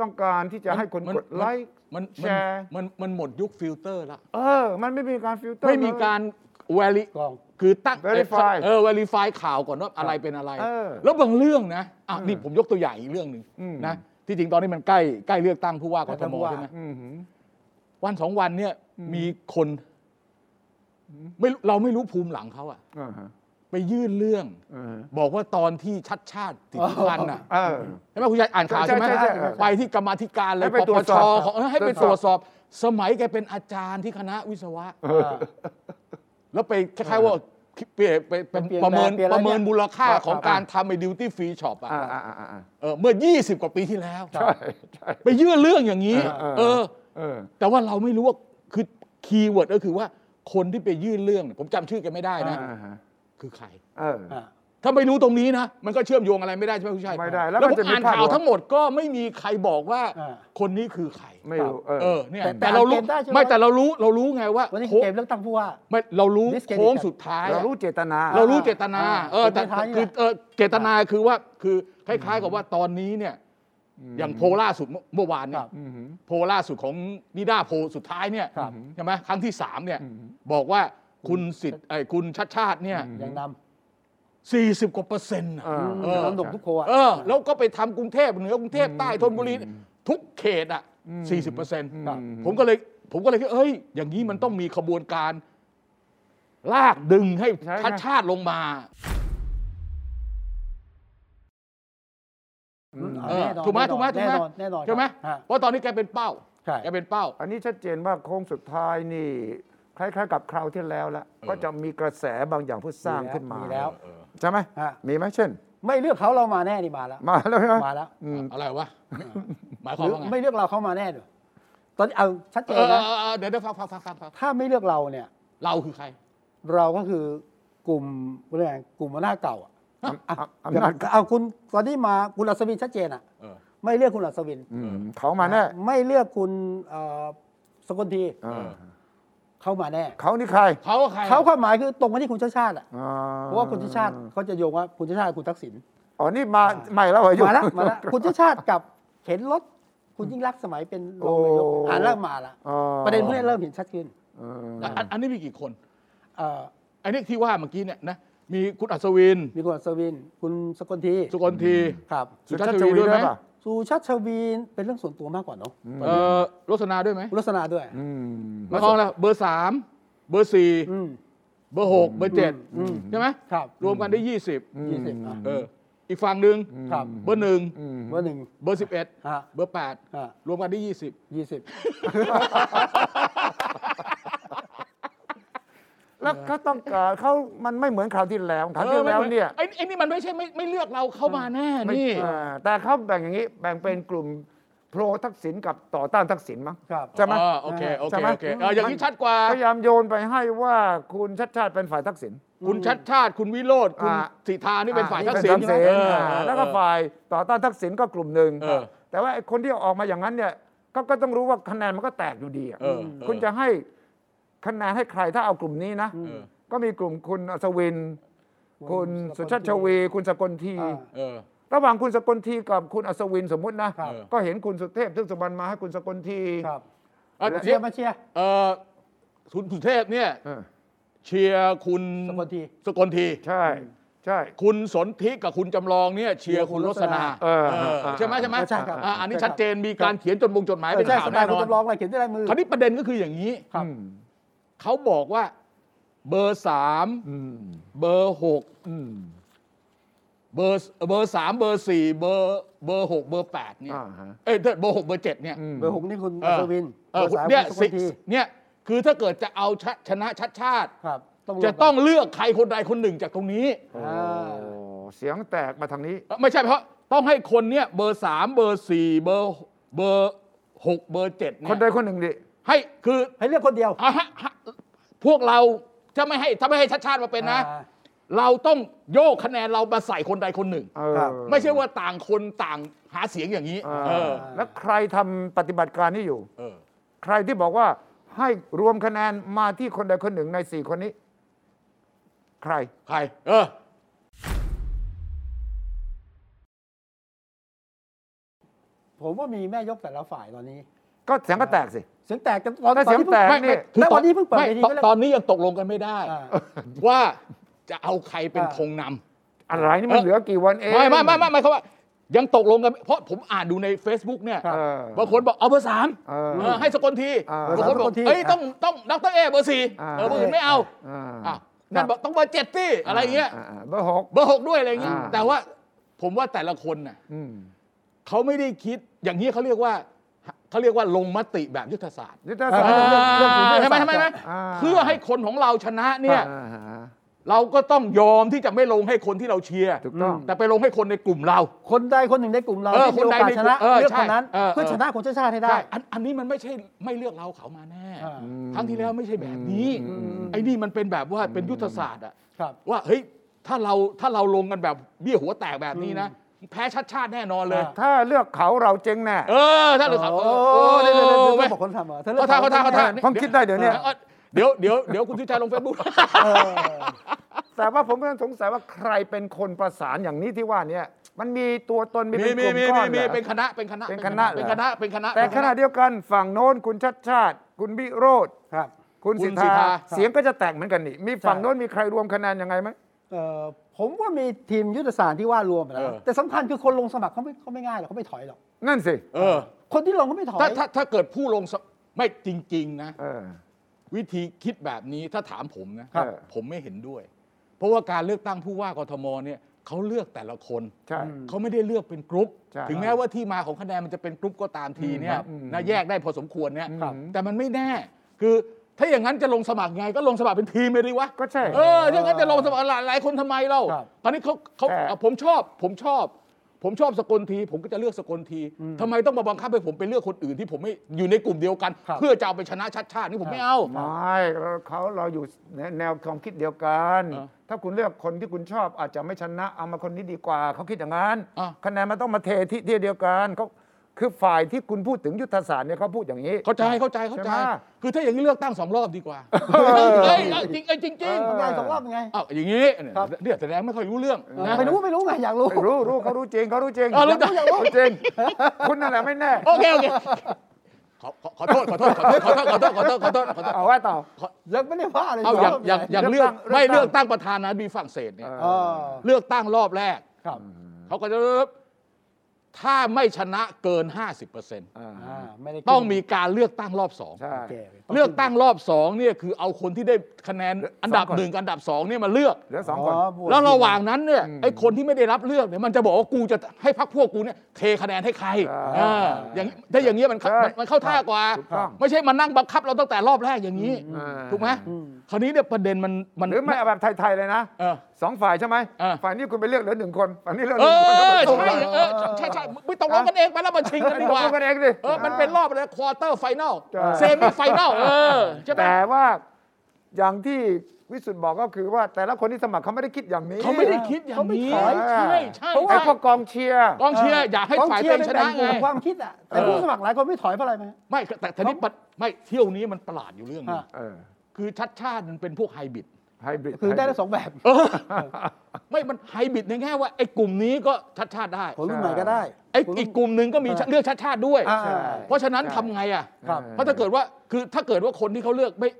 ต้องการที่จะให้คน
มั
กดไลค์
มันมัน
แชร์
มันมันหมดยุคฟิลเตอร์ละ
เออ มันไม่มีการฟิลเตอร์
ไม่มีการแวลิ
กอง
คือตั้ง
Verify
เออ verify ข่าวก่อนว่าอะไรเป็นอะไร
เออ
แล้วบางเรื่องนะอ่ะนี่ผมยกตัวอย่างอีกเรื่องหนึ่ง
อืม
นะที่จริงตอนนี้มันใกล้ใกล้เลือกตั้งผู้ว่ากทม
ผู้ว่า
ใช่ไหม
อือหือ
วันสองวันเนี่ยมีคนไม่รู้เราไม่รู้ภูมิหลังเขาอะ
อ่าฮะ
ไปยื่นเรื่อง
อ่าฮะ
บอกว่าตอนที่ชัดชาติติดพันอ่ะ
เออ
ใช่ไหมคุณยายอ่านข่าวใช่ไหม
ใช่ใช่ใช่
ไปที่กรรมาธิการเล
ให้
ย
ไป
ป
ตร
ป
วจส
ช
อบ
ของเออให้ไป
ต
ต
ร
ร
ว
ว
จ
จ
ส
ส
อ
อบ บ สมัยแกเป็นอาจารย์ที่คณะวิศวะ
เออ
แล้วไปคล้ายๆว่าเปลี่ยนไปไป
เปลี่ยน
ประเมิน
แบบเปลี่ยนอะไร
ประเมิน
เนี่ย
มูลค่า
ครับ
ของ
ครับ
การทำไอ้ดิวตี้ฟรีช็อปอ่ะ
อ่าอ่าอ่าอ่า
เออเมื่อ 20 กว่าปีที่แล้ว
ใช่ใช่
ไปยื่นเรื่องอย่างนี้
เออเอ
เออ
อเออ
แต่ว่าเราไม่รู้ว่า คือคีย์เวิร์ดก็คือว่าคนที่ไปยื่นเรื่องเนี่ยผมจำชื่อแกไม่ได้นะ
อ่าฮะ
คือใคร
เออ
อ่ะ
ถ้าไม่รู้ตรงนี้นะ มันก็เชื่อมโยงอะไรไม่ได้ใช่ไหมคุณชัย
ไม่ได้แล้
แล้ว ว
มั
ผ
น
ม
จะมี
อ่าน
ภาพ
ข่าว
ว่า
ทั้งหมดก็ไม่มีใครบอกว่า
อ่า
คนนี้คือใคร
ไม่รู้ เออ
เออเนี่ย
แต่
แต่เรารู้
แต่เกมได้ใช่ไหม
ไม่แต่เรารู้เรารู้ไงว่า
วันนี้
โค้ง
เกมเลือกตั้งผู้ว่า
ไม่เรารู้
discredit
โค้งสุดท้าย
เรา
อะ
รู้เจตนา
เรารู้เจตนา
อ่า
เออแต่
เกมสุดท้ายเนี่ย
คือเออเจตนาคือว่าคือคล้าย ๆ กับว่าตอนนี้เนี่ย อย่างโพลล่าสุดเมื่อเมื่อวานเนี่
ครั
ย
บ
อืมหืม
โพลล่าสุดของนิด้าโพลสุดท้ายเนี่ย
ครับ
ใช่ไหมครั้งที่สามเนี่ย
อืมหืม
บอกว่าคุณสิทธิ์ไอ้คุณชัดชาติเนี่ย
อืม
ยังน
สี่สิบกว่าเปอร์เซ็นต์น่ะ
อ่า
ำ
เออ
น้ำหนกทุกโคอ่ะ
เออแล้วก็ไปทำกรุงเทพเหนือกรุงเทพใต้ธนบุรีทุกเขตอ่ะสี่สิบเปอร์เซ็นต์
ครับ
ผมก็เลยผมก็เลยคิดเอ้ย อย่างนี้มันต้องมีขบวนการ ลากดึงให้
ใช่
ชัด
ครับ
ชาติลงมา
อืม
เออ
แน่นอน
ถูกไหมถูกไหมถูกไหม
แน่นอนแน่นอน
ใช่ไหม
ฮะ
เพราะตอนนี้แกเป็นเป้า
ใช่
แกเป็นเป้า
อันนี้ชัดเจนว่าโค้งสุดท้ายนี่ คล้ายๆกับคราวที่แล้วละก็จะมีกระแสบางอย่างเพื่อสร้างขึ้นมา
มีแล้ว
ใช่ไหม
ฮะ
มีไหมเช่น
ไม่เลือกเขาเรามาแน่นี่มาแล้ว
มาแล้วใช่ไหม
มาแล้ว
อืม
อะไรวะ หมาย
ห
ความ
รือ
ว่าไง
ไม่เลือกเราเขามาแน่ด้วยตอนนี้เอาชัดเจ
เอน อเอ
นะ
อเออเดี๋ยวเดี๋ยวฟังฟังฟังฟังฟัง
ถ้าไม่เลือกเราเนี่ย
เราคือใคร
เราก็คือกลุ่มเรียกไงกลุ่มอำนาจเก่าอ่ะอ่ะ
อำนาจ
เอาคุณตอนนี้มาคุณอัศวินชัดเจนอ่ะ
เออ
ไม่เลือกคุณอัศวิน
อืมเขามาแน่
ไม่เลือกคุณเอ่อสกลที
เออ
เข้ามาแน่
เขานี่ใคร
เขาคือใคร
เขาความหมายคือตรงกันที่คุณชาติชาติอ่ะ
อ่
เพราะว่าคุณชาติชาติเขาจะโยงว่าคุณชาติชาติกับคุณทักษิณ
อ๋อนี่มาใหม่แล้วเหรออยู่
มาละมา ละคุณชาติชาติกับเข็นรถคุณยิ่งรักษณ์สมัยเป็นรองนายก
โอ้
อ่านเริ่มมาละ
อ๋อ
ประเด็นพวกนี้เริ่มเห็นชัดขึ้น
เออ
แต่อันอันนี้มีกี่คน
เอ่อ
อันนี้ที่ว่าเมื่อกี้เนี่ยนะมีคุณอัศวิน
มีคุณอัศวิน คุณสกลที
สุกลที
ครับ
สุชาติชวีด้วยไหม
ปะ
สุชาติชวีนเป็นเรื่องส่วนตัวมากกว่าเนาะ
เออโรสนาด้วยไหม
คุณลักษณะด้วย
อืม
มาคลองแล้วเบอร์สามเบอร์สี่
อืม
เบอร์หกเบอร์เจ็ด
อืม
ใช่ไหม
ครับ
รวมกันได้ยี่สิบ
ยี่สิบอ่ะ
เอออีกฝั่งหนึ่ง
ครับ
เบอร์หนึ่ง
เบอร์หนึ่ง
เบอร์สิบเอ็ด
ฮะ
เบอร์แปด
ฮะ
รวมกันได้ยี่สิบ
ยี่สิบ
แล้วเขาต้องการเขามันไม่เหมือนคราวที่แล้วคราวที่แล้วเนี่ย
ไอ้ไอ้นี่มันไม่ใช่ไม่ไม่เลือกเราเข้ามาแน่นี่
อ่าแต่เขาแบ่งอย่างนี้แบ่งเป็นกลุ่มโปรทักษิณกับต่อต้านทักษิณมั้ง
ครับ
ใช่ไหม
เออโอเคโอเค
ใช่ไหม
โอเคเอออย่างนี้ชัดกว่า
พยายามโยนไปให้ว่าคุณชัดชาติเป็นฝ่ายทักษิณ
คุณชัดชาติคุณวิโรธคุณ
อ่า
สิทธานี่เป็นฝ่ายทักษิณ
เป็น
เออ
อ่า
เออ
แล้วก็ฝ่ายต่อต้านทักษิณก็กลุ่มหนึ่ง
เออ
แต่ว่าไอ้คนที่ออกมาอย่างนั้นเนี่ยก็ก็ต้องรู้ว่าคะแนนมันก็แตกอยู่ดีอะ
เออเออ
คุณจะให้คะแนนให้ใครถ้าเอากลุ่มนี้นะ
เออ
ก็มีกลุ่มคุณอัศวิน คุณสุชาติชวี คุณสกลที
อ่า
เออ
ระหว่างคุณสกลทีกับคุณอัศวินสมมุตินะ
ครับ
ก็เห็นคุณสุเทพทึกสุบรรณมาให้คุณสกลที
ครับ
เออ
เชียร์มาเชียร์
เออคุณสุเทพเนี่ย
เออ
เชียร์คุณ
สกลที
สกลที
ใช่ใช่
คุณสนธิกับคุณจำลองเนี่ยเชียร์คุณรสนา
เออ
เออใช่ไหมใช่ไหม
ใช่ครับ
อ่าอันนี้
ใช่ครับ
ชัดเจนมีการเขียนจดมงจดหมาย
เอ
เป็
อน ใช่
ข่าว
สมั
แน่
ย
น
คุณ
อน
จำลองอะไรเขียนด้วยลายมือ
คราวนี้ประเด็นก็คืออย่างนี้
ครับ
อืม
เขาบอกว่าเบอร์สาม
อืม
เบอร์หก
อืม
เบอร์เบอร์สามเบอร์สี่เบอร์เบอร์หกเบอร์แปดเนี่ย
อ่าฮะ
เอ้ยเดี๋ยวเบอร์หกเบอร์เจ็ดเนี่ย
อืม
เบอร์หกนี่คุณ
เอ
อั
อ
ศวิน
เออ
เบอร์สาม
เนี่ย
คุณสก
สิ
ลที
เนี่ยคือถ้าเกิดจะเอาชะชนะชัดชาติ
ครับรวม
จะต้องเลือกใครคนใดคนหนึ่งจากตรงนี้
โอ้เสียงแตกมาทางนี้
เอ่อไม่ใช่เพราะต้องให้คนเนี่ยเบอร์สามเบอร์สี่เบอร์เบอร์หกเบอร์เจ็ดเนี่
คนใด
ย
คนหนึ่งดิ
ให้คือ
ให้เลือกคนเดียว
เอาฮะฮะพวกเราจะไม่ให้ถ้าไม่ให้ชัดชาติมาเป็นนะ
อ่า
เราต้องโยกคะแนนเรามาใส่คนใดคนหนึ่ง
เออ
ครับ
ไม่ใช่ว่าต่างคนต่างหาเสียงอย่างนี้
อ่า
เออ
แล้วใครทำปฏิบัติการนี้อยู่
เออ
ใครที่บอกว่าให้รวมคะแนนมาที่คนใดคนหนึ่งในสี่คนนี้ ใคร
ใครเออ
ผมว่ามีแม่ยกแต่ละฝ่ายตอนนี้
ก็เสียงก็แตกสิ
เสียงแตกกันตอน
ถ้าเสียง
ที่พิ่
แตก
ไม่
นี่
คื
ณ
อ
วันนี้เพิ่งเปิด
ไม่
เวที
ตอน
ก็เลย
ตอนนี้ยังตกลงกันไม่ได้
อ่า
ว่าจะเอาใครเป็น
อ่า
ธงนำ
อะไรนี่มันเหลือกี่วันเอง
ไม่ไม่ไม่ไม่ไม่เขาว่ายังตกลงกันไม่เพราะผมอ่านดูใน Facebook เนี่ย
เออ
บางคนบอกเอาเบอร์สาม
เออ
เออให้สกลที
เออบ
างคนบอ
สก
ก
ลที
เอ้ยต้องต้องดรเอเบอร์สี่
อ่า
เออเบอร์อื่นไม่เอา
อ่า
อ่ะนั่นบอกต้องเบอร์เจ็ดที่อะไรเงี้ย
าาเบอร์หก
เบอร์หกด้วยอะไรเงี้ย
อ่า
แต่ว่าผมว่าแต่ละคนน่ะ
อืม
เขาไม่ได้คิดอย่างนี้เขาเรียกว่าเขาเรียกว่าลงมติแบบยุทธศาสตร์
ยุทธศาสต
อ่า
ร์
เรื่องของยุทธศาสตร์
ใช่ไหมใช่ไหมใช่ไหม
อ่า
เพื่อให้คนของเราชนะเนี่ย
อ่าฮะ
เราก็ต้องยอมที่จะไม่ลงให้คนที่เราเชียร์
ถูกต้อง
แต่ไปลงให้คนในกลุ่มเรา
คนใดคนหนึ่งในกลุ่มเรา
เออ
ที่มีโอกาส
คนใดใน
ชนะ
เออ
เลือก
ใช่
คนนั้น
เออ
เพื่อชนะคนชาติชาติให้ได้
ใช่อันอันนี้มันไม่ใช่ไม่เลือกเราเขามาแน่
อ่า
ครั้งที่แล้วไม่ใช่แบบนี้
อืม
ไอ้นี่มันเป็นแบบว่าเป็นยุทธศาสตร์อะ
ครับ
ว่าเฮ้ยถ้าเราถ้าเราลงกันแบบเบี้ยหัวแตกแบบนี้นะ แพ้ชัดชาติแน่นอนเลย
อ่า
ถ้าเลือกเขาเราเจ๊งแน่
เออถ้าเราขับ
โอ้
เออ
เดี๋ยวเดี๋ยวเดี๋ยว
เว้ย
บอกคนทำเหรอธอลือก
เขาท่าเขาท่าเขาท่า
เพิ่งคิดได้เดี๋ยวเนี่ย
ออเดี๋ยวเดี๋ยวเดี๋ยวคุณทิชัยลงเฟซบุ๊ก
เออ
แต่ว่าผมก็ยังสงสัยว่าใครเป็นคนประสานอย่างนี้ที่ว่าเนี่ยมันมีตัวตนมี
มี
เป็นก
มี
ลุ่ม
มี
ก้อ
มี
นเหร
มี
อ
เป็นคณะเป็นคณะ
เป็นคณะเหรอ
เป็นคณะเป็นคณะ
แต่
เป็น
ข
ค
ณะ
ณะ
เดียวกันฝั่งโน้นคุณชัดชาติ คุณวิโรธ
ครับ
คุณ
คุ
สิท
ณสิท
ธา
ธา
เสียงก็จะแตกเหมือนกันนี่มีฝั่ง
ใช่
โน้นมีใครรวมคะแนนยังไงไหม
เอ่อผมว่ามีทีมยุทธศาสตร์ที่ว่ารวมนะ
เออ
แต่สำคัญคือคนลงสมัครเขาไม่เขาไม่ง่ายหรอกเขาไม่ถอยหรอก
นั่นสิ
เออ
คนที่ลงก็ไม่ถอย
ถ้าถ้าถ้าเกิดผู้ลงสไม่จริง ๆ นะ
เออ
วิธีคิดแบบนี้ถ้าถามผมนะครับ ผมไม่เห็นด้วย เพราะว่าการเลือกตั้งผู้ว่ากทมเนี่ยเขาเลือกแต่ละคน
ใช่
เขาไม่ได้เลือกเป็นกรุ๊ป
ใช่
ถึงแม้ว่าที่มาของคะแนนมันจะเป็นกรุ๊ปก็ตามทีเนี่ย
อืม
นะแยกได้พอสมควรเนี่ย
ครับ
แต่มันไม่แน่ คือถ้าอย่างนั้นจะลงสมัครไงก็ลงสมัครเป็นทีมไปดิวะ
ก็ใช่
เออถ้าอย่างนั้นจะลงสมัครหลายหลายคนทำไมเล่า
ครับ
ตอนนี้เขาเขา
แต่
เอ่อผมชอบ ผมชอบ ผมชอบสกลที ผมก็จะเลือกสกลทีทำไมต้องมาบังคับให้ผมไปเลือกคนอื่นที่ผมไม่อยู่ในกลุ่มเดียวกัน
ครับ
เพื่อจะเอาไปชนะชาติชาตินี่ผมไม่เอา
ไม่เราเขาเราอยู่แนวความคิดเดียวกัน
เออ
ถ้าคุณเลือกคนที่คุณชอบอาจจะไม่ชนะเอามาคนนี้ดีกว่า เขาคิดอย่างนั้น
อ่ะ
คะแนนมันต้องมาเทที่ที่เดียวกันเขาคือฝ่ายที่คุณพูดถึงยุทธศาสตร์เนี่ยเขาพูดอย่างนี้
เข้าใจเข้าใจเข้าใจ
ใช่ไหม
คือถ้าอย่างนี้เลือกตั้งสองรอบดีกว่าเฮ้ยเอาจริงเอ้ยจริงจริง
ทำงานสองรอบไง
อ้าวอย่างนี้เนี่ย
ครับ
เนี่ยแสดงไม่ค่อยรู้เรื่องนะ
ไม่รู้ไม่รู้ไงอยากรู้
ไม่รู้รู้เขารู้จริงเขารู้จริง
เออรู้จัก
อยากรู้จริง คุณนั่นแหละไม่แน่
โอเคโอเคขอขอขอโทษขอโทษขอโทษขอโทษขอโทษขอโทษขอโทษขอโทษ
เอาไว้ต่อ
ยังไม่ได้ว่าเลย
เอาอย่างอย่างอย่างเลือก
เลื
ไม่
อกตั้งเลื
เลื
อ
อก ก
ตั้
ตั้
ง
งประธานาธิบดีฝรั่งเศสเนี่ย
เออ
เลือกตั้งรอบแรก
ครับ
เขาก็จะถ้าไม่ชนะเกิน 50%
อ่าไม่ได้
ต้องมีการเลือกตั้งรอบสอง
ใช่
โอเค
เลือกตั้งรอบสองเนี่ยคือเอาคนที่ได้คะแนนอันดับ
สองคน
หนึ่งกับอันดับสองเนี่ยมาเลือก
เหลือสองคน
บช
แล้วระหว่างนั้นเนี่ยไอ้คนที่ไม่ได้รับเลือกเนี่ยมันจะบอกว่ากูจะให้พักพวกกูเนี่ยเทคะแนนให้ใครเอออย่างถ้าอย่างเงี้ยมันเข้ามันมันเข้าท่ากว่า
ถูกต้อง
ไม่ใช่มานั่งบังคับเราตั้งแต่รอบแรกอย่างนี้ ถูกไหมคราวนี้เนี่ยประเด็นมันมัน
หรือไม่เอาแบบไทยๆเลยนะ
เออ
สองฝ่ายใช่ไหม
เออ
ฝ่ายนี้คุณไปเลือกเหลือหนึ่งคนฝ่ายนี้เลือกห
เอ
นึ่งค
อ
น
ใช่เออใช่ใช่ไม่ตกลงกันเองไปแล้วมาชิงกัน
ไม่
ดี
ต
ก
ก
ว่า
ลงกันเองดิ
เออมันเป็นรอบเลยควอเตอร์ไฟแนล
ใช่
เซมิไฟแนลเออใช่ไหม
แต่ว่าอย่างที่วิสุทธ์บอกก็คือว่าแต่ละคนที่สมัครเขาไม่ได้คิดอย่างนี้
เขาไม่ได้คิดอย่างนี้
เขาไม่ถอย
ใช่ใช่
เพราะว่า
ใช่
พวกกองเชียร์
กองเชียร์อยากให้ฝ่ายตัวเองชนะไง
ความคิดอ่ะแต่
เออ
ผู้สมัครหลายคนไม่ถอยเพราะอะไรไหม
ไม่แต่ทีนี้ปัดไม่เที่ยวนี้มันประหลาดอยู่เรื่องหนึง
ฮะ
เออ
คือชัดชาติมันเป็นพวกไฮบริด
ไฮบริด
คือได้ทั้งสองแบบ
ไม่มันไฮบริดในแง่ว่าไอ้กลุ่มนี้ก็ชัดชาติได้
คนรุ่นใหม่ก็ได้
ไอ้
คนรุ่น
อีกกลุ่มหนึ่งก็มี
อ่า
เลือกชัดชาติด้วย
อ่า
เพราะฉะนั้นทำไงอ่ะ
ครับ
เพราะถ้าเกิดว่าคือถ้าเกิดว่าคนที่เขาเลือกไม่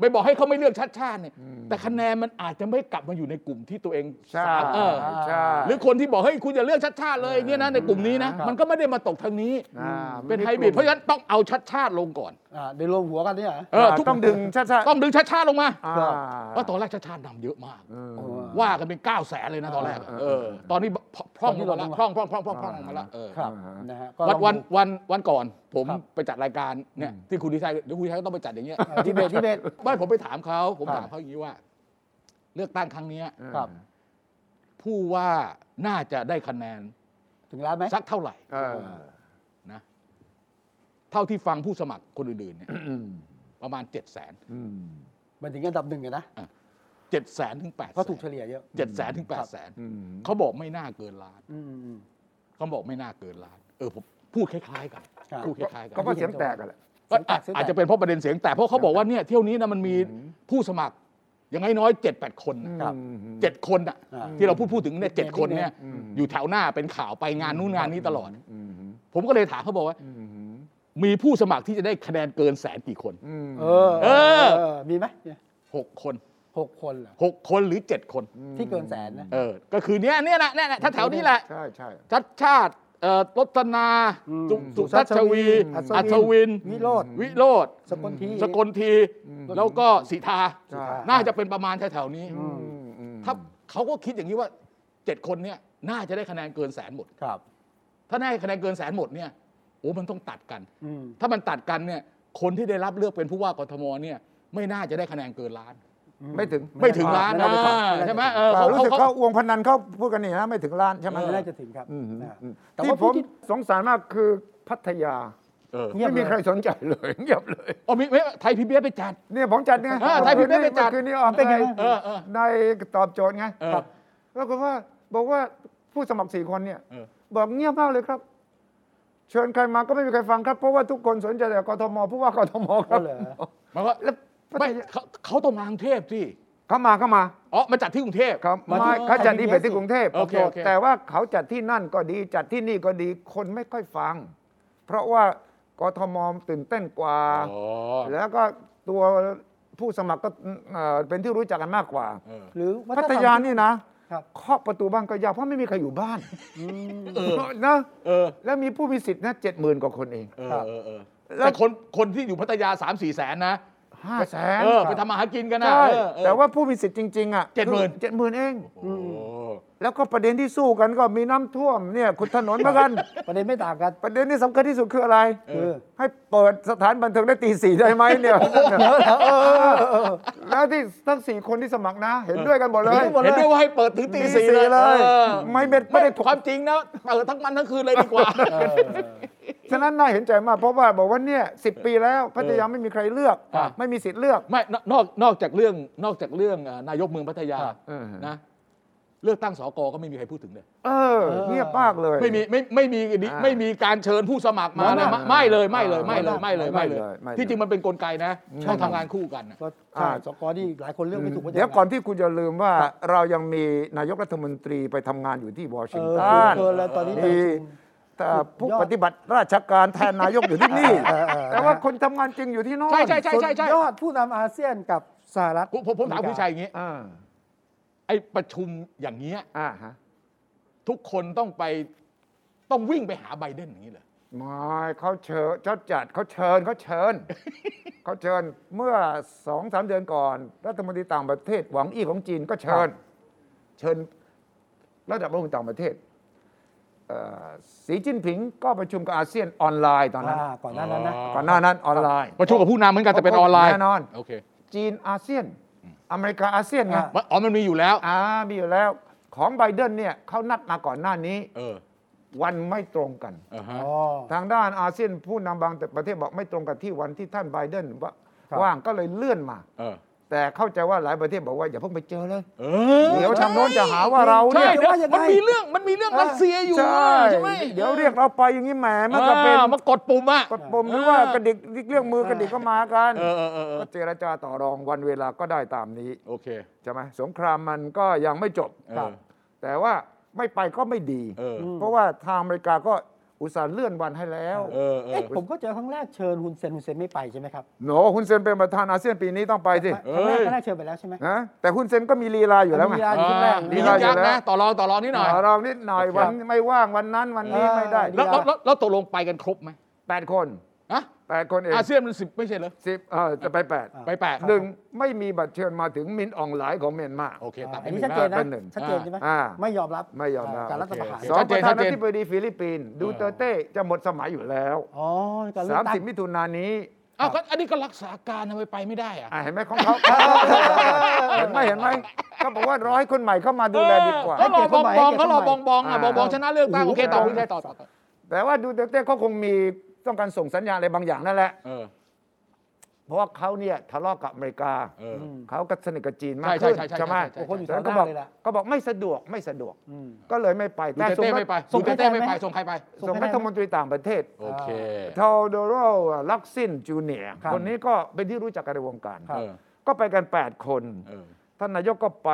ไม่บอกให้เขาไม่เลือกชัดชาติเนี่ยแต่คะแนนมันอาจจะไม่กลับมาอยู่ในกลุ่มที่ตัวเอง
ใช่
สามเออ
ใช่
หรือคนที่บอกเฮ้ยคุณอย่าเลือกชัดชาติเลยเนี่ยนะในกลุ่มนี้นะครับ มันก็ไม่ได้มาตกทางนี้
อ่า
เป็นไฮบริดเพราะฉะนั้นต้องเอาชัดชาติลงก่อน
อ่าเดี๋ยวรวมหัวกันเนี่ยเหรอ
เออทุก
ต้องดึงชาติ
ต้องดึงชัดชาติลงมา
อ่า
เพราะตอนแรกชัดชาตินำเยอะมาก
เออ
ว่ากันเป็น9ก้าแสนเลยนะตอนแรกอะเออ ตอนนี้พพร่องลงมาแล้วพร่องพร่องพร่องพร่องพร่องลงมาแล้วเออ
ครับ
อ่าฮะ
นะฮะก็
วั
ลอ
น
งดู
วันวันวันก่อนผม
ครับ
ไปจัดรายการเนี่ยที่คุณทิชัยเดี๋ยวคุณทิชัยก็ต้องไปจัดอย่างเงี้ย
เออดีเบตดีเบต
ไม่ผมไปถามเขาผม
ครับ
ถามเขาอย่างนี้ว่า เลือกตั้งครั้งเนี้ย
ครับ
ผู้ว่าน่าจะได้คะแนน
ถึงร้านไหม
สักเท่าไหร่
เออ
นะเท่าที่ฟังผู้สมัครคนอื่นๆเนี่ย
อืม
ประมาณ7จ็ดแสน
อืม
มันถึงอันดับหนึ่งอะนะ
เจ็ดแสนถึงแปด
เพราะถูกเฉลี่ยเยอะ
เจ็ดแสนถึงแปดแสน
อืม
เขาบอกไม่น่าเกินล้าน
อืมอืม
เขาบอกไม่น่าเกินล้าน เออผมพูดคล้ายๆกัน
ครับ
พูดคล้ายๆกัน
ก็เพราะเสียงแตกกันแหละ
ก็อาจอาจจะเป็นเพราะประเด็นเสียงแตกเพราะเขาบอกว่าเนี่ยเที่ยวนี้นะมันมีผู้สมัครอย่างน้อยๆเจ็ดแปดคนนะครับ เจ็ดคนอ่ะ
อ่า
ที่เราพูดพูดถึงเนี่ย
เจ็
เจ็
ด
ด
คน
คนเนี่ย
อืม
อยู่แถวหน้าเป็นข่าวไปงานนู้นงานนี้ตลอด
อืม
ผมก็เลยถามเขาบอกว่า
อืม
มีผู้สมัครที่จะได้คะแนนเกินแสนกี่คน
อืม
เออ
เออ
เออมีไหมเนี่ย
หกคน
หกคนเหรอ
หกคนหรือเจ็ดคน
ที่เกินแสนนะ
เออก็คือเนี้ยเนี่ยแหละเนี่ยแหละถ้าแถวนี้แหละ
ใช่ใช่
ชัดชาติเอ่อรตนา
อืม
สุสุทัชวี
อัศวิน
อัศวิน
วิโรธ
วิโรธ
สกลที
สกลทีแล้วก็สีทา
ใช่
น่าจะเป็นประมาณแถวๆนี้
อืมอืม
ถ้าเขาก็คิดอย่างนี้ว่า 7 คนเนี่ยน่าจะได้คะแนนเกินแสนหมด
ครับ
ถ้าได้คะแนนเกินแสนหมดเนี่ยโอ้มันต้องตัดกัน
อืม
ถ้ามันตัดกันเนี่ยคนที่ได้รับเลือกเป็นผู้ว่ากทมเนี่ยไม่น่าจะได้คะแนนเกินล้าน
ไม่ถึง
ไม่ถึงล้าน
ไม่
นะ
ปต่อ
ใช่ไหมเอ
เอ
อ
เปล่า
เขา
รู้
เขา
สึก
เขา
เขาวงพนันเขาพูดกันนี่นะไม่ถึงล้านใช่
อ
ไหม
ไม่น่าจะถึงครับ
อืม
นะ
อืม
แต่
ที่
ว่า
ผ
ผู้
ม
ที่
สงสารมากคือพัทยา
เออ
เงียบเลย
ไม่มีใครสนใจเลย เงียบเลย
อ๋อมีมีไทยพีบีเอสไปจัด
เนี่ยผมจัดไง
เออไทยพิมพ์ไม่ได้จัด
คืนนี้ออก
เป็นไง
ใน
บ้าง
เออเออ
ในตอบโจทย์ไง
เออ
ครับปรากฏว่าบอกว่าผู้สมัครสี่คนเนี่ย
เออ
บอกเงียบมากเลยครับ เชิญใครมาก็ไม่มีใครฟังครับเพราะว่าทุกคนสนใจแต่กทมผู้ว่ากทมค
ก็
รับ
เหรอ
หมายว่า
แล้ว
ไม่เขาเขาต้องมากรุงเทพสิ
เขามาเขามา
อ๋อมาจัดที่กรุงเทพ
เขา
มา
มา
ที่
เขาจัด
ไทย
ดีเบต
PBS
ที่กรุงเทพ
โอเคโอเค
แต่ว่าเขาจัดที่นั่นก็ดีจัดที่นี่ก็ดีคนไม่ค่อยฟัง เพราะว่ากทมตื่นเต้นกว่า
อ๋อ
แล้วก็ตัวผู้สมัครก็เอ่อเป็นที่รู้จักกันมากกว่า
เออ
หรือวัฒนธ
พั
รรม
ทยานี่นะครับ เคาะประตูบ้านก็ยากเพราะไม่มีใครอยู่บ้าน
อืม
เออ
นะ
เออ
แล้วมีผู้มีสิทธิ์นะเจ็ดหมื่นกว่าคนเอง
เออเออเออ
แล้
แต่
ว
คนคนที่อยู่พัทยา3 4มสี่แสนนะ
ห้าแสน
เออไปทำมาหากินกันนะ
ใช่
เออเออ
แต่ว่าผู้มีสิทธิ์จริง ๆ อ่ะ
70,000
เจ็ดหมื่นเอง
โอ้โห
แล้วก็ประเด็นที่สู้กันก็มีน้ำท่วมเนี่ยขุดถนนเหมือนกัน
ประเด็นไม่ต่างกัน
ประเด็นที่สำคัญที่สุดคืออะไร
คือ
ให้เปิดสถานบันเทิงได้ตีสี่ได้ไหมเนี่ยเออแล้วที่ทั้งสี่คนที่สมัครนะ เห็นด้วยกันหมดเลย
เห็นด้วยว่าให้เปิดถึงตี
ตี
สี่
สี่
เล
เลยย
เออ
ไม่ไม่ไม่ได้ถก
ความจริงนะเปิดทั้งวันทั้งคืนเลยดีกว่า
เออ
ฉะนั้นน่าเห็นใจมากเพราะว่าบอกว่าเนี่ยสิปีแล้วพัทยาไม่มีใครเลือก
ครับ
ไม่มีสิทธิ์เลือก
ไม่นนอกนอกจากเรื่องนอกจากเรื่องเอ่อนายกเมืองพัทยา
ครับเออ
นะเลือกตั้งสกก็ไม่มีใครพูดถึงเลย
เออ
เออ
เงียบมากเลย
ไม่มีไม่ไม่มีดิ
อ่า
ไม่มีการเชิญผู้สมัครมา
ไม่
เลย
ไม่
ไม่เลยไม่เลยไม่เลย
ไม่
ไม่เลยไม่เลย
ไม่เลยไม่เลย
ที่จริงมันเป็นกลไกนะ
อืม
ต้องทำงานคู่กันน่ะ
ก็ใช่สกอนี่หลายคนเลือกไม่ถูกว่าจะ
เดี๋ยวก่อนที่คุณจะลืมว่าเรายังมีนายกรัฐมนตรีไปทำงานอยู่ที่วอชิ
เอง อ
ตัน
เกินแล้วตอนนี้ประ
มี
ชุม
แต่ผู้
สุดยอด
ปฏิบัติราชการแทนนายกอยู่ที่นี่
เออเออ
แต่ว่าคนทำงานจริงอยู่ที่โน่น
ใช่ใช่ใช่
สุดยอดผู้นำอาเซียนกับสหรัฐ
ผมผมผมถามคุณชัยอย่างนี้
อ่า
ไอ้ประชุมอย่างเงี้ย
อ่าฮะ
ทุกคนต้องไปต้องวิ่งไปหาไบเดนอย่างนี้เหรอ
ไม่เขาเชิญเขาจัดเขาเชิญเขาเชิ ญ เขาเชิญเมื่อสองสามเดือนก่อน รัฐมนตรีต่างประเทศหวังอี้ของจีนก็เชิญ เชิญระดับรัฐมนตรีต่างประเทศเอ่อสีจิ้นผิงก็ประชุมกับอาเซียนออนไลน์ตอนนั้น
อ่าก่อนหน้านั้นนะ
อ๋อ
ก่อนหน้านั้นออนไลน์
ประชุมกับผู้นำเหมือนกันแต่เป็นออนไลน์
แน่นอน
โอเค
จีนอาเซียน อเมริกาอาเซียนไง
อ่า
อ๋อมันมีอยู่แล้ว
อ่ามีอยู่แล้วของไบเดนเนี่ยเขานัดมาก่อนหน้านี้
เออ
วันไม่ตรงกัน
อ่าฮะ
อ๋อ
ทางด้านอาเซียนผู้นำบางประเทศบอกไม่ตรงกับที่วันที่ท่านไบเดนว่า
ครับ
ว่างก็เลยเลื่อนมา
เออ
แต่เข้าใจว่าหลายประเทศบอกว่าอย่าเพิ่งไปเจอเลย
เออ
เดี๋ยวทางโน้นจะหาว่าเรา
ใช่
เนี่ย
เดี๋ยว
ว่ายังไง
มันมีเรื่องมันมีเรื่องรัสเซียอยู่
ใช่
ใช่ไหม
เดี๋ยวเรียกเราไปอย่างนี้แหมมันก็เป็น
อ่ามากดปุ่มอ่ะ
กดปมหรือ
เออ
ว่ากระดิกเรื่องมือกระดิกก็มากัน
เออเออเออเออ
ก็เจรจาต่อรองวันเวลาก็ได้ตามนี้
โอเค
ใช่ไหมสงครามมันก็ยังไม่จบ
เออ
ครับ แต่ว่าไม่ไปก็ไม่ดี
เออ
เพราะว่าทางอเมริกาก็อุตส่าห์เลื่อนวันให้แล้ว
เออเออ
เอ๊ะผมก็เจอครั้งแรกเชิญฮุนเซนฮุนเซนไม่ไปใช่ไหมครับ
โหนคุณเซนเป็นประธานอาเซียนปีนี้ต้องไปสิ
ครั้งแรกครั้งแรกเชิญไปแล้วใช่ไหม
นะแต่คุณเซนก็มีลีลาอยู่แล้วไง
มีเวลาอยู่ครั้งแรก
มี
มียึ
เวลา
กยักษ์นะต่อรองต่อรองนิดหน่อย
ขอลองนิดหน่อย
ครับ
วันไม่ว่างวันนั้นวันนี้
เออ
ไม่ได้
แล้วแล้วแล้วแล้วตกลงไปกันครบไหม
แปดคน
อะ
แปดคนเอง
อาเซียนมันสิบไม่ใช่เหรอ
สิบเออจะไปแปด
อ่ะ
ไปแปด
หนึ่งไม่มีบัตรเชิญมาถึงมินอองหลายของเมียนมา
โอเคตั
อ่า
ดไป
อัน
ห
นี้
นึ่ง
ชัดเจนนะชัดเจน
นะ
เป็นหนึ่ง
ใช่ไหม
อ่า
ไม่ยอมรับ
ไม่ยอมรับ
การรัฐประหาร
โอเค
สองประ
ชัดเจน
ธา
ชัด
นา
เจน
ธิบดีฟิลิปปินส์ดูเตอร์เต้จะหมดสมัยอยู่แล้ว
อ๋อการเลือกตั้ง
30 มิถุนายนนี้
อ้าวก็อันนี้ก็รักษาการทำไมไปไม่ได้อะ
อ่ะเห็นไหมของเขา เห็นไหมเห็นไหมก็บอกว่าร้อยคนใหม่เข้ามาดูแลดีกว่า
เขารอ
ให้เกียรติ
บองบอง
เข้าไป
เขารอ
ให้
บ
เกีย
อ
รติ
งบองอ่ะ
เข้าไป
บองบองชนะเลือกตั้ง
โอ้
โอ
โห
เคต่อ
เออ
คุณชัยต่อต่อต่อ
แต่ว่าดูเตอร์เต้เขาคงมีต้องการส่งสัญญาณอะไรบางอย่างนั่นแหละ
เออ
เพราะว่าเขาเนี่ยทะเลาะกับอเมริกา
เออ
อืม
เขาก็สนิทกับจีนมาก
ใช่
ขึ้น
ใช่ใช่
ใช่ไหม
ใช่ใช่
คนอยู่
ฉะ
แถวน ห
นั้ก็
น้า
บอก
เลยล่ะ
ก็บอกไม่สะดวกไม่สะดวก
อืม
ก็เลยไม่ไป
ดูเตอร์เต้ไม่ไป
ส่
ดู
ง
เตอร์เต้ไม่
ใคร
ไป
ไหม
ส่งใครไป
ส่งรัฐมนตรีต่างประเทศ
โอเค
เทอโดโรลักซินจูเนีย
ครับ
คนนี้ก็เป็นที่รู้จักกันในวงการ
ครั
เอบ อ
ก็ไปกัน 8 คน
เออ
ท่านนายกก็ไป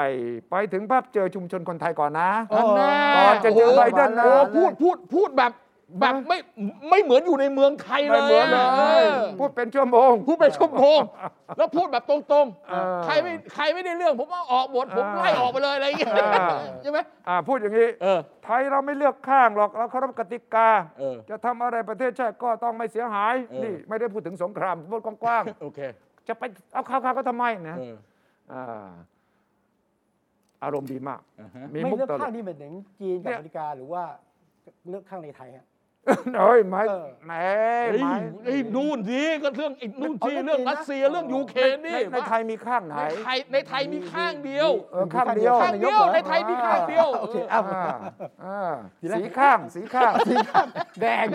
ไปถึงภาพเจอชุมชนคนไทยก่อนนะ
โอ้
นั่นแน่
ก่อนจะเจอ
โโห
ไบเดนนะ
โอ้โหพูดพูดพูดแบบแบบไม่ไม่เหมือนอยู่ในเมืองไทยเล
ไม่
ย
เหมือนเล
อะเอย อ
พูดเป็นชั่วโมง
พูดไปชั่วโมงแล้วพูดแบบตรง
เออ
ๆ ใครไม่ใครไม่ได้เรื่อง ผมว่าออกหมดผม
เออ
ไล่ออกไปเลยอะไรอย่างเงี้ย
เออ
ใช่ไหม
อ่าพูดอย่างนี้
เออ
ไทยเราไม่เลือกข้างหรอกเราเคารพกติกา
เออ
จะทำอะไรประเทศชาติก็ต้องไม่เสียหาย
เออ
นี่ไม่ได้พูดถึงสงครามพูดกว้าง
โอเค
ๆ จะไปเอาข่าวๆก็ทำไมนะ
เออ
อาอารมณ์ดีมาก
อ่าฮะ
มี
ไม่
มุก
เลือก
ตล
ข้าก งนี่เป็นถึงจีนกับ
เนี่ย
อเมริกาหรือว่าเลือกข้างในไทยฮะ
เอ้ยไม่
เออ
แหม
เอ้ย
ไม่
เอ้ยนู่นสิก็เรื่องไอ้นู่นสิ
เอาเรื่
เรื่อ
อง ง
รัส
จีนนะ
เซียเรื่องยูเครนนี่
ในในไทยมีข้างไหน
ในไทยในไทยมีข้างเดียว
เออข้างเดียว
ข้างเดียวในไทยมีข้างเดียว
โอเค อ้าว
อ่าอ่า
ทีแรก
สีข้างสี ข้าง
แดง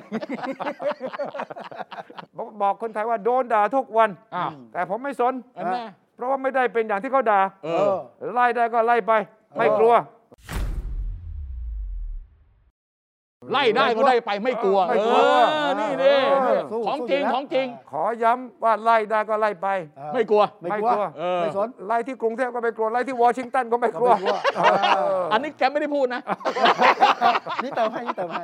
บอกบอกคนไทยว่าโดนด่าทุกวัน
อ้าว
แต่ผมไม่สน
อันน่ะ
เพราะว่าไม่ได้เป็นอย่างที่เขาด่า
เอ
เอ
อ
อ
ไล่ได้ก็ไล่ไป ไม่กลัว
ไล่ได้ก็ได้ไปไม่กลัว
ไม่
เอก
ลัว
อ นี่นี่
เออ
สู้
ของ
สู้
จริง
อยู่แล้ว
ของจริง
ขอย้ำว่าไล่ได้ก็ไล่ไป
เออ
ไม่กลัว
ไม่กลัว
ไม่กลัว
เออ
ไม่สน
ไล่ที่กรุงเทพก็ไม่กลัวไล่ที่วอชิงตันก็ไม่
ก็
กลัว
ไม่กลัวเออ
อันนี้แกไม่ได้พูดนะ
นี่เติมให้นี่เติมให้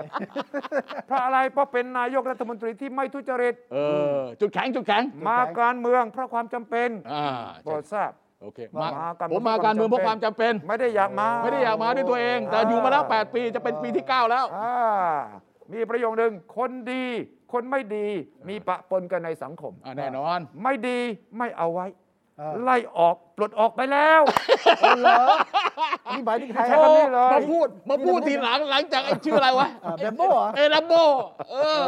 เพราะอะไรเพราะเป็นนายกรัฐมนตรีที่ไม่ทุจริต
เออ จุดแข็งจุดแข็ง
มาการเมืองเพราะความจำเป็น
อ่า
โปรดทราบ
โอเคมา
มากัน
ผมมาการเมืองเพราะความจำเป็น
ไม่ได้อยากมา
ไม่ได้อยากมาด้วยตัวเอง แต่อยู่มาแล้ว 8 ปีจะเป็นปีที่ 9 แล้ว
อ่ามีประโยคหนึ่งคนดี คนไม่ดีมีปะปนกันในสังคม
อ่ะแน่นอน
ไม่ดีไม่เอาไว้
เออ
ไล่ออกปลดออกไปแล้ว
คนเหรอนี่หมายถึงใครค
โอ้
รับ
เลย
มาพูดมาพูดทีหลังหลังจากไอ้ชื่ออะไรวะ
อ่าแรมโบ้เหรอ
เออแรมโบเอ
เอ
อ
อ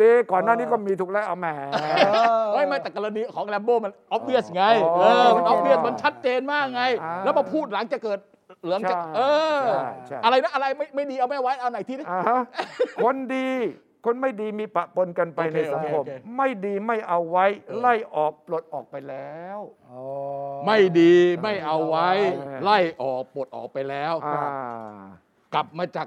ดีก่อนหน้านี้ก็มีถูกแล้วเอาแหม
เฮ้ยไม่แต่กรณีของแรมโบมันออบเวียสไงเออมันออบเวียสมันชัดเจนมากไง
อ่า
แล้วมาพูดหลังจะเกิดเหลืองจะ
ใช่
เออ
ใช่ใช่
อะไรนะอะไรไม่ไม่ดีเอาไม่ไว้เอาไหนที่นี่
อ่าฮะคนดีคนไม่ดีมีปะปนกันไป
โอเค
ในสังคม
โอเคโอเค
ไม่ดีไม่เอาไว้ ไล่ออกปลดออกไปแล้ว
อ๋อ
ไม่ดีไม่เอาไว้
เออ
ไล่ออกปลดออกไปแล้ว
อ่า
กลับมาจาก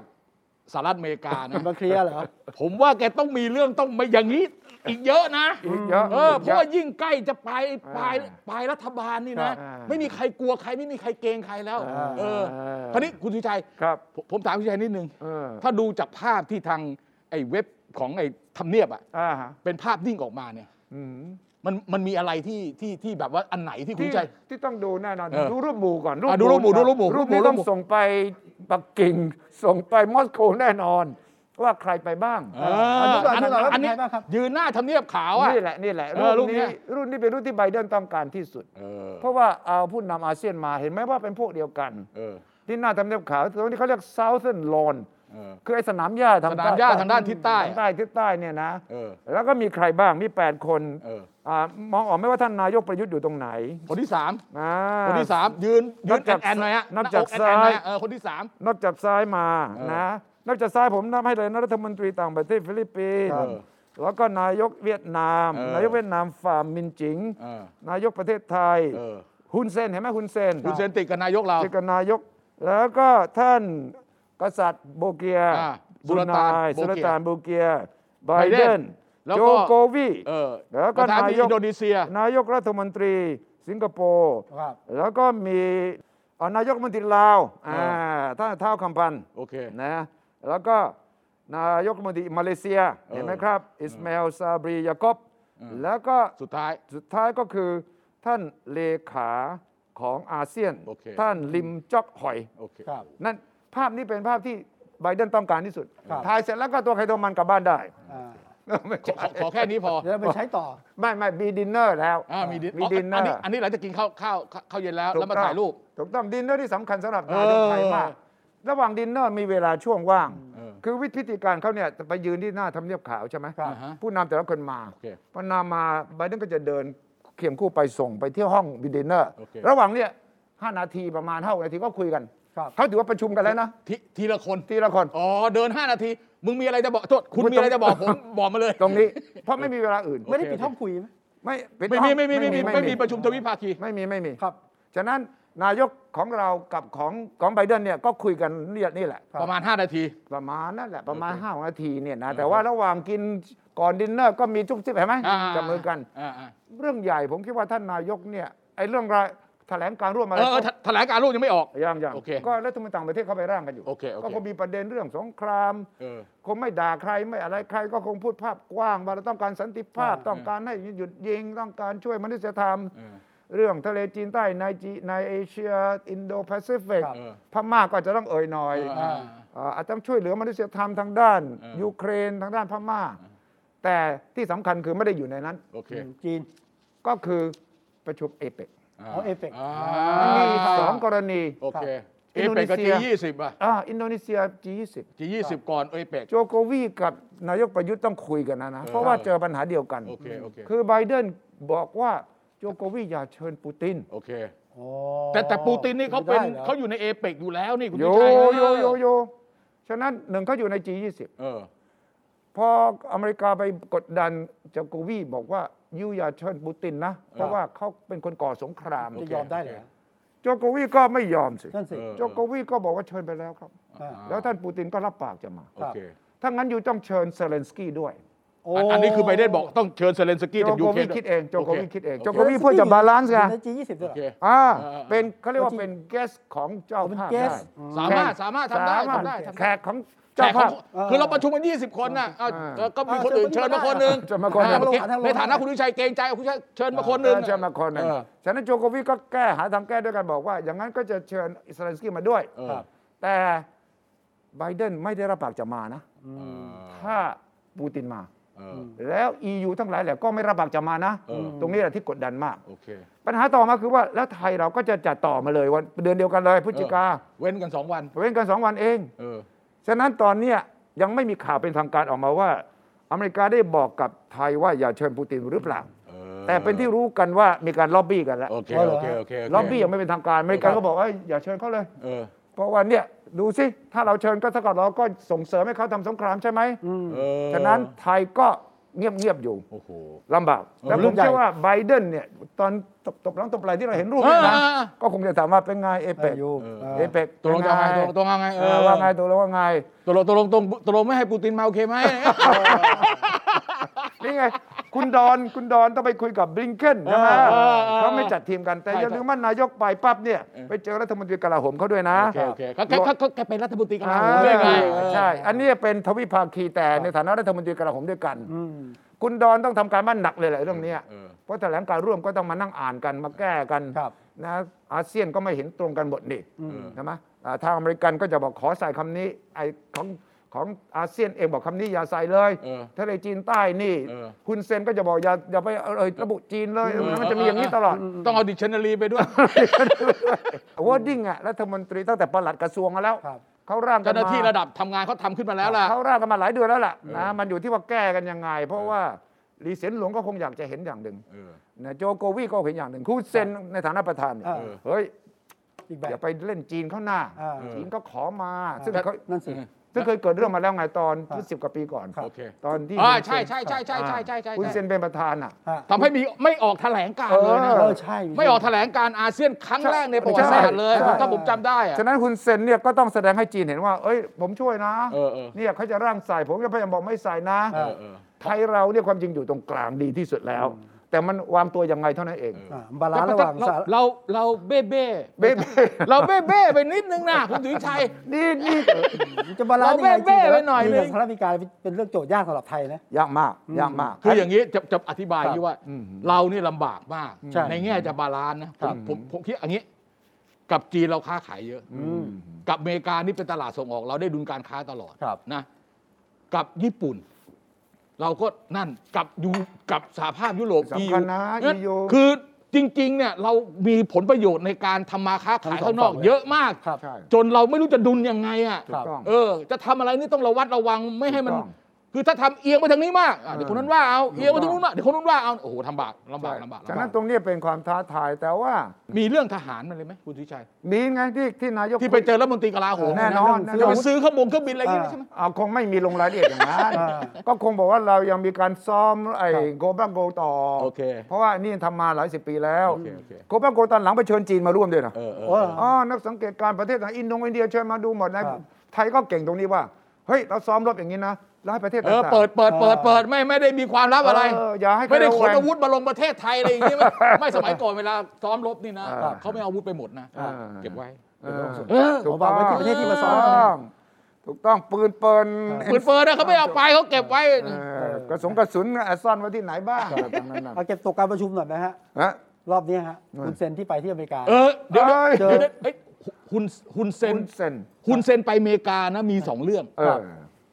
สหรัฐอเมริกานะ
มาเคลียร์เหรอ
ผมว่าแกต้องมีเรื่องต้องมาอย่างนี้อีกเยอะนะ
อีกเยอะ
เออเพราะว่ายิ่งใกล้จะปลาย
อ่า
ปลายปลายรัฐบาลนี่นะ
อ่า
ไม่มีใครกลัวใครไม่มีใครเกรงใครแล้ว
อ่า
เออ
อ่า
คราวนี้คุณชูชัย
ครับ
ผมผมถามคุณชูชัยนิดนึง
เออ
ถ้าดูจากภาพที่ทางไอ้เว็บของไอ้ทำเนียบอ่ะ
อ่าฮะ
เป็นภาพนิ่งออกมาเนี่ย
อืม
มันมันมีอะไรที่ที่ที่แบบว่าอันไหนที่คุณ
ที่
ชูชัย
ที่ต้องดูแน่นอน
เออ
ดูรูปหมู่ก่อน
อ่ะดูรูปหมู่ดูรูปหมู่
รูป
รูปหมู่
นี้ต้
รู
อง
ปหมู่
ส่งไปปักกิ่งส่งไปมอสโกแน่นอน ว่าใครไปบ้าง
เออ
ดูก่อนดูก่อนว่า
อันนี้
เป็นไงบ้างครับ
ยืนหน้าทำเนียบขาวอ่ะ
นี่แหละนี่แหละ
เออรู
รุ่น
ปเนี้
นี้
ย
รุ่นนี้เป็นรุ่นที่ไบเดนต้องการที่สุด
เออ
เพราะว่าเอาผู้นำอาเซียนมาเห็นไหมว่าเป็นพวกเดียวกัน
เออ
ที่หน้าทำเนียบขาวตรงนี้เขาเรียก Southern Lawn
เออ
คือไอ้สนามหญ้าทาง
สนามหญ้าทางด้านทิศใต้
ทางใต้ทิศใต้เนี่ยนะ
เออ
แล้วก็มีใครบ้างมี 8 คน
เออ
อ่ามองออกไหมว่าท่านนายกประยุทธ์อยู่ตรงไหน
คนที่สาม
อ่า
คนที่สามยืนยื
นั
น
บ
แอ
จาน ก
แอนหน่อยฮะ
นับจา
หน้อ
ก
กแอนแอนหน่อ
ซ้าย
ฮะเออคนที่สาม
นอกจากซ้ายมา
เออ
นะ นอกจากซ้ายผมนับให้เลยนะรัฐมนตรีต่างประเทศฟิลิปปิน
เอ
ส์
อ
แล้วก็นายกเวียดนาม
เออ
นายกเวียดนามฝ่ามินจิง
เออน
ายกประเทศไทย
เออ
ฮุนเซนเห็นไหมฮุนเซน
คุณเซนติดกับนายกเรา
เจกันนายก แล้วก็ท่านกษัตริย์โบเกีย
อ่า
บรูไนาย
สุ
สุ
ล
ล
ต่า
ต่าน น
โบ
โบเกียไบ
ไบเด
เด
น
น
แล้วก็
โจโกวี
เออ
แล้วก็
ประธาน
นายก
ที่อินโดนีเซีย
นายกรัฐมนตรีสิงคโปร์
ครับ
แล้วก็มีเอ่อนายกรัฐมนตรีลาว
อ่า
อ่าท่านเท้าวคำพันธ์
โอเค
นะแล้วก็นายกรัฐมนตรีมาเลเซีย
เออ
เห็นไหมครับอิสมาอลซาบรียากอบแล้วก็
สุดท้าย
สุดท้ายก็คือท่านเลขาของอาเซียน
โอเค
ท่านลิมจอกหอย
โอเค
ครับ
นั่นภาพนี้เป็นภาพที่ไบเดนต้องการที่สุด
ครับ
ถ่ายเสร็จแล้วก็ตัวใครตัวมันกลับบ้านได้
อ่า
ขอขอขอแค่นี้พอ
เดี๋ยวเราไปใช้ต่อ
ไม่ไม่มีดินเนอร์แล้ว
อ่ามีดิน
มี
อ๋อ
ดินเน
อั
อน
นี้
ร์
อันนี้หลังจากกินข้าวข้าวข้าวเย็นแล้ว แล้วมา
ถูกต้อง
ถ่ายรูป
ถูกต้องดินเนอร์ที่สำคัญสำหรับนายกไทยมาก ระหว่างดินเนอร์มีเวลาช่วงว่าง
เออ
คือวิธีการเขาเนี่ยจะไปยืนที่หน้าทำเนียบขาวใช่ไหม
ครับอ่าฮะ
ผู้นำแต่ละคนมา
โอเค
พอนำมาไบเดนก็จะเดินเคียงคู่ไปส่งไปที่ห้องดินเนอร์
โอเค
ระหว่างเนี่ยห้านาทีประมาณห้านาทีก็คุยกัน
ครับ
เขาถือว่าประชุมกันแล้วนะ
ทีทีละคน
ทีละคน
อ๋อ เดิน 5 นาที มึงมีอะไรจะบอกโทษคุณ
คุณ
มีอะไร
ต้อง
จะบอกผม บอกมาเลย
ตรงนี้ เพราะไม่มีเวลาอื่น
ไม่ได้
โอเค
ปิดห้องคุยไหม
ไม่ปิด
ไม่
ห้
มี
อง
ไม่มีไม่มีไม่มีประชุมทวิภาคี
ไม่มีไม่มี
ครับ
ฉะนั้นนายกของเรากับของของไบเดนเนี่ยก็คุยกันเนี่ยนี่แหละ
ประมาณ 5 นาที
ประมาณนั่นแหละประมาณ
โอเค
ห้านาทีเนี่ยนะ
อ่า
แต่ว่าระหว่างกินก่อนดินเนอร์ก็มีจุ๊บจิ๊บเห็นไหมา จับมือกัน
าอ่า
เรื่องใหญ่ผมคิดว่าท่านนายกเนี่ยไอ้เรื่องรายแถลงการร่วมอะไร
เออเออแถแถลงการรูปยังไม่ออก
ยังยัง
โอเค
ก็รัฐมนตรีต่างประเทศเขาไปร่างกันอยู่
โอเคโอเค
ก็คงมีประเด็นเรื่องสงคราม
เออ
คงไม่ด่าใครไม่อะไรใครก็คงพูดภาพกว้างว่าเราต้องการสันติภาพต้องการให้หยุดยิงต้องการช่วยมนุษยธรรม
เออ
เรื่องทะเลจีนใต้ในจีในเอเชีย อินโดแปซิฟิก
เออ
พม่าก็จะต้องเอ่ยหน่อย
อ่า
อ่าอาจจะต้องช่วยเหลือมนุษยธรรมทางด้าน
เออ
ยูเครนทางด้านพม่า แต่ที่สำคัญคือไม่ได้อยู่ในนั้น
โอเค
จีน
ก็คือประชุมเอเปก
อ๋อ APEC
า
มันมีสองกรณี
โอเค เอ
อิน
เป
โดนี
กกับ
เซีย
G20 อ่ะ
อ่าอินโดนีเซีย G20
G20 ก่อนเอเปก
โจโกวีกับนายกประยุทธ์ต้องคุยกันนะนะ เพราะว่าเจอปัญหาเดียวกัน
โอเคโอเค
คือไบเดนบอกว่าโจโกวีอย่าเชิญปูติน
โอเค
โอ้
แต่แต่ปูตินนี่เขาเป็น
ไม่ได้หรอ
เขาอยู่ในเอเปกอยู่แล้วนี่คุณ
โย
ชัย
โยโยโยฉะนั้นหนึ่งเขาอยู่ใน G20
เออ
พออเมริกาไปกดดันโจโกวีบอกว่ายูอย่าเชิญปูตินนะ เพราะว่าเขาเป็นคนก่อสงคราม
จะยอมได้เหรอ
โจโกวีก็ไม่ยอมสิ
นั่นสิ
เออ
โจโกวีก็บอกว่าเชิญไปแล้วครับ
อ่า
แล้วท่านปูตินก็รับปากจะมา
โอเค
ถ้างั้นอยู่ต้องเชิญเซเลนสกี้ด้วย
อันอันนี้คือไบเดนบอกต้องเชิญเซเลนสกี้
โจ
จาก
โค
ยูเค
วิดคิดเองโจโควิดคิดเองโจโควิด
โอเค
เพื่อจะบาลานซ์ไง
ใน G20 ด้วย
โอเค
เหรอ
อ่า
เออ
เป็นเขาเรียกว่าเป็นแกสของเจ้าภาพ
เป็น guest
สา
ได้
มารถสามารถทำได้ทำได้ทำ
แข
ได้
กของ
แต่ข
เจ้า
อ
ภาง พ
คือเราประชุมกัน 20 คนน่ะเอา
อ่า
เออก็มีคนอื่นเชิญมาคนหนึ่ง
เชิญมาคนหนึ่ง
อ่โอเค
เอาลงมา
ในฐานะคุณวิชัยเกรงใจคุณวิชัยเชิญมาคนหนึ่ง
เออเชิญมาคนหนึ่ง
เออ
ฉะนั้นโจโควิดก็แก้หาทางแก้ด้วยกันบอกว่า อย่างนั้นก็จะเชิญอิสราเอลสกี้มาด้วย
เออ
แต่ไบเดนไม่ได้รับปากจะมานะ ถ้าปูตินมา
เออ
แล้ว EU ทั้งหลายแหละก็ไม่รับปากจะมานะ
เออ
ตรงนี้แหละที่กดดันมาก
โอเค
ปัญหาต่อมาคือว่าแล้วไทยเราก็จะจัดต่อมาเลยวันเดือนเดียวกันเลยพฤศจิกา
เว้นกัน 2 วัน
เว้นกันสองวันเอง
เออ
ฉะนั้นตอนเนี้ยยังไม่มีข่าวเป็นทางการออกมาว่า อเมริกาได้บอกกับไทยว่าอย่าเชิญปูตินหรือเปล่า
เออ
แต่เป็นที่รู้กันว่ามีการล็อบบี้กันแล้ว
โอเค
ว่าเหร
โอ
อ
เค โอเคโเค
ล็อบบี้ยังไม่เป็นทางการอเมริกาก็บอกว่าเอ้ยอย่าเชิญเขาเลย
เออ
เพราะว่าเนี่ยดูสิถ้าเราเชิญก็เท่ากับเราก็ส่งเสริมให้เขาทำสงครามใช่ไหม
เออ
ฉะนั้นไทยก็เงียบๆอยู่
โอ้โห
ลำบากแต่
เออ
ผ
รู
ม
ปใหญ่
เชื่อว่าไบเดนเนี่ยตอนตบตบหลังตบไหลที่เราเห็นรูป
เอ
เนี่
อ
ยนะก็คงจะถามว่าเป็นไงเอ
เอ
เปก
อยู
เอเปก
ตกลงจะเอาไงตกลงตกลงเอาไงเออ
ว่าไงตกลงว่าไง
ตกลงตกลงตกลงตกลงไม่ให้ปูตินมาโอเคไหม
นี่ไง คุณดอนคุณดอนต้องไปคุยกับบลิงเคนใช่ไหม
เออเออ
เขาไม่จัดทีมกันแต่
ใช่
อย่าลืมว่านายกไปปั๊บเนี่ย
เออ
ไปเจอรัฐมนตรีกลาโหมเขาด้วยนะ
โอเค โอเคเขาแกเขาเขาแกเป็นรัฐมนตรีกลา
อ่า
โหมด้วยไงเออ
ใช่ อันนี้เป็นทวิภาคีแต่ในฐานะรัฐมนตรีกลาโหมด้วยกัน
อืม
คุณดอนต้องทำการบ้านหนักเลยแหละเรื่องเนี้ย
เออ
เพราะแถลงการร่วมก็ต้องมานั่งอ่านกันมาแก้กัน
ครับ
นะอาเซียนก็ไม่เห็นตรงกันหมดนี่
อืม
ใช่ไหมอ่าทางอเมริกันก็จะบอกขอใส่คำนี้ไอของของอาเซียนเองบอกคำนี้อย่าใส่เลย
เออ
ทะเลจีนใต้นี่
เออ
ฮุนเซนก็จะบอกอย่าอย่าไปเอ่ยระบุจีนเลยมันจะมีอย่างนี้ตลอด
ต้องเอาดิชันนารีไปด้วย
วอร์ดิ้งอะรัฐมนตรีตั้งแต่ปลัดกระทรวงมาแล้ว
ครับ
เขาร่างกั
เจ้าน หน้าที่
มา
ระดับทำงานเขาทำขึ้นมาแล้วล่ะ
เขาร่างกันมาหลายเดือนแล้วล่ะนะมันอยู่ที่ว่าแก้กันยังไง เพราะว่าลีเซียนหลวงก็คงอยากจะเห็นอย่างหนึ่ง
เออ
นะโจโกวีก็เห็นอย่างหนึ่งคูเซนในฐานะประธานเนี่ย
อ่า
เฮ้ย
อีกแบ
อย่า
บ
ไปเล่นจีนเขาหน้า
อ่า
จีนก็ขอมา ซึ่ง
แต่
เขา
นั่นสิ
ซึ่งเคยเกิดเรื่องมาแล้วไงตอน
ครับ
สิบกว่าปีก่อน
ครับ
โอเค
ตอนที่
อ่า
คุณเซน
ใช่ใช่ใช่ใช่ใช่ใช่ใช่
คุณเซนเป็นประธานอ่ะ
ฮะ
ทำให้มีไม่ออกแถลงการณ์
เออ
เลยนะ
เออใช่
ไม่ออกแถลงการณ์อาเซียนครั้งแรกในประวัติศาสตร์เลย
ใช่
ถ้าผมจำได้อะ
ฉะนั้นคุณเซนเนี่ยก็ต้องแสดงให้จีนเห็นว่า เอ้ย ผมช่วยนะ
เออเออ
เนี่ยเขาจะร่างใส่ผมก็พยายามบอกไม่ใส่นะ
เออ
เออ
ไทยเราเนี่ยความจริงอยู่ตรงกลางดีที่สุดแล้ว แต่มันวางตัวยังไงเท่านั้นเอง
อ่าบาลานซ์ระหว่างสหรัฐ
เราเราเบ้เบ้
เบ๊ะ
เราเบ้เบ้ไปนิดนึงนะคุณถุยชัย
นี่นี่
จะบาลานซ์ยังไง
เราแว่ๆไว้หน่อย
จี
นึง
กับสหรัฐอเมริกาเป็นเรื่องโจทย์ยากสำหรับไทยนะ
ยากมากยากมาก
คืออย่างนี้จะจะอธิบายอย่างนี้ว่า
อืม
เรานี่ลำบากมาก
ใช่
แง่จะบาลานซ์นะผ
ครั
ม
บ
ผมผมคิดอย่างนี้ กับจีนเราค้าขายเยอะ
อืม
กับอเมริกานี่เป็นตลาดส่งออก เราได้ดุลการค้าตลอด
ครับ
นะกับญี่ปุ่น เราก็นั่นกับยูกับสหภาพยุโรป
สำคัญนะ
EU งั้
EU
คือจริง ๆ เนี่ยเรามีผลประโยชน์ในการทำมาค้าขายข้างนอก
ทั้งสองฝั่งเลย
เยอะมาก
ครับ
ใช่
จนเราไม่รู้จะดุลยังไงอ่ะ
ถูกต้อง
เออ จะทำอะไรนี่ต้องระวัดระวังไม่ให้มัน
ถูกต้อง
คือถ้าทำเอียงไปทางนี้มากอ่ะ
เออ
เดี๋ยวคนนั้นว่าเอาเอียงไป
ถู
ทาง
กต้อง
นู้นมากเดี๋ยวคนนู้นว่าเอาโอ้โหทำบากลำบากลำบาก
จาก
ลำบา
นั้น
ก
ตรงเนี้ยเป็นความท้าทายแต่ว่า
มีเรื่องทหารมันเลยไหมคุณทิชัย
มีไงที่ที่นายก
ที่ไปเจอรัฐมนตรีกลาโหม
แน่นอน
เรื่อ
แน่
ง
น
จะ
อ
ไป
น
ซื้อเครื่องบงเครื่องบินอะไรอย่างงี้ใช่ไหม
เอาคงไม่มีลงรายละเอียดอย่างนั้น
อ่า
ก็คงบอกว่าเรายังมีการซ้อมไอ้โกบังโกต่อ
โอเค
เพราะว่านี่ทำมาหลายสิบปีแล้ว
โอเคโอเค
โกบังโกตอนหลังไปเชิญจีนมาร่วมด้วยนะ
เออเออ
โอ้
อ๋อ นักสังเกตการณ์ประเทศไหนอินโดนีเซียเชิญมาดูหมดนะครับ ไทยก็เก่งตรงนี้ว่า เฮ้ย เราซ้อมรบอย่างนี้นะแล้วให้ประเทศ
เอ
ต่าง
อ
ๆ
เปิดเปิดเปิดเปิดไม่ไม่ได้มีความลับอะไร
เอย่าให้
ไม่ได้ข
ใค
น
รระแวง
อาวุธมาลงประเทศไทยอะไรอย่างงี้ ไม่ไม่สมัยก่อนเวลาซ้อมรบนี่นะ
เออ
เขาไม่เอาอาวุธไปหมดนะ
เออ
เก็บไว้
เออ
เออ
ถูก
เอา
ต้อง
วางไว้ที่ประเทศที่มาซ้อม
ถูกต้องถูกต้องปืนเปิล
ปืนเฟิร์นะเขาไม่เอาไปเขาเก็บไว้
เออกระสุนกระสุนอ่ะซ่อนไว้ที่ไหนบ้างอะไรประมาณนั้น
เอาเก็บตกการประชุมหน่อยไหมฮะ
นะ
รอบเนี้ยฮะ
เออ
คุณเซนที่ไปที่อเมริกา
เออเดี๋ยวเดี๋ยว
เอ้ย
เดี๋ยวเดี๋ยวเอ้ยฮุนฮุนเซน
คุณเซน
ฮุนเซนไปอเมริกานะมีสองเรื่อง
เออ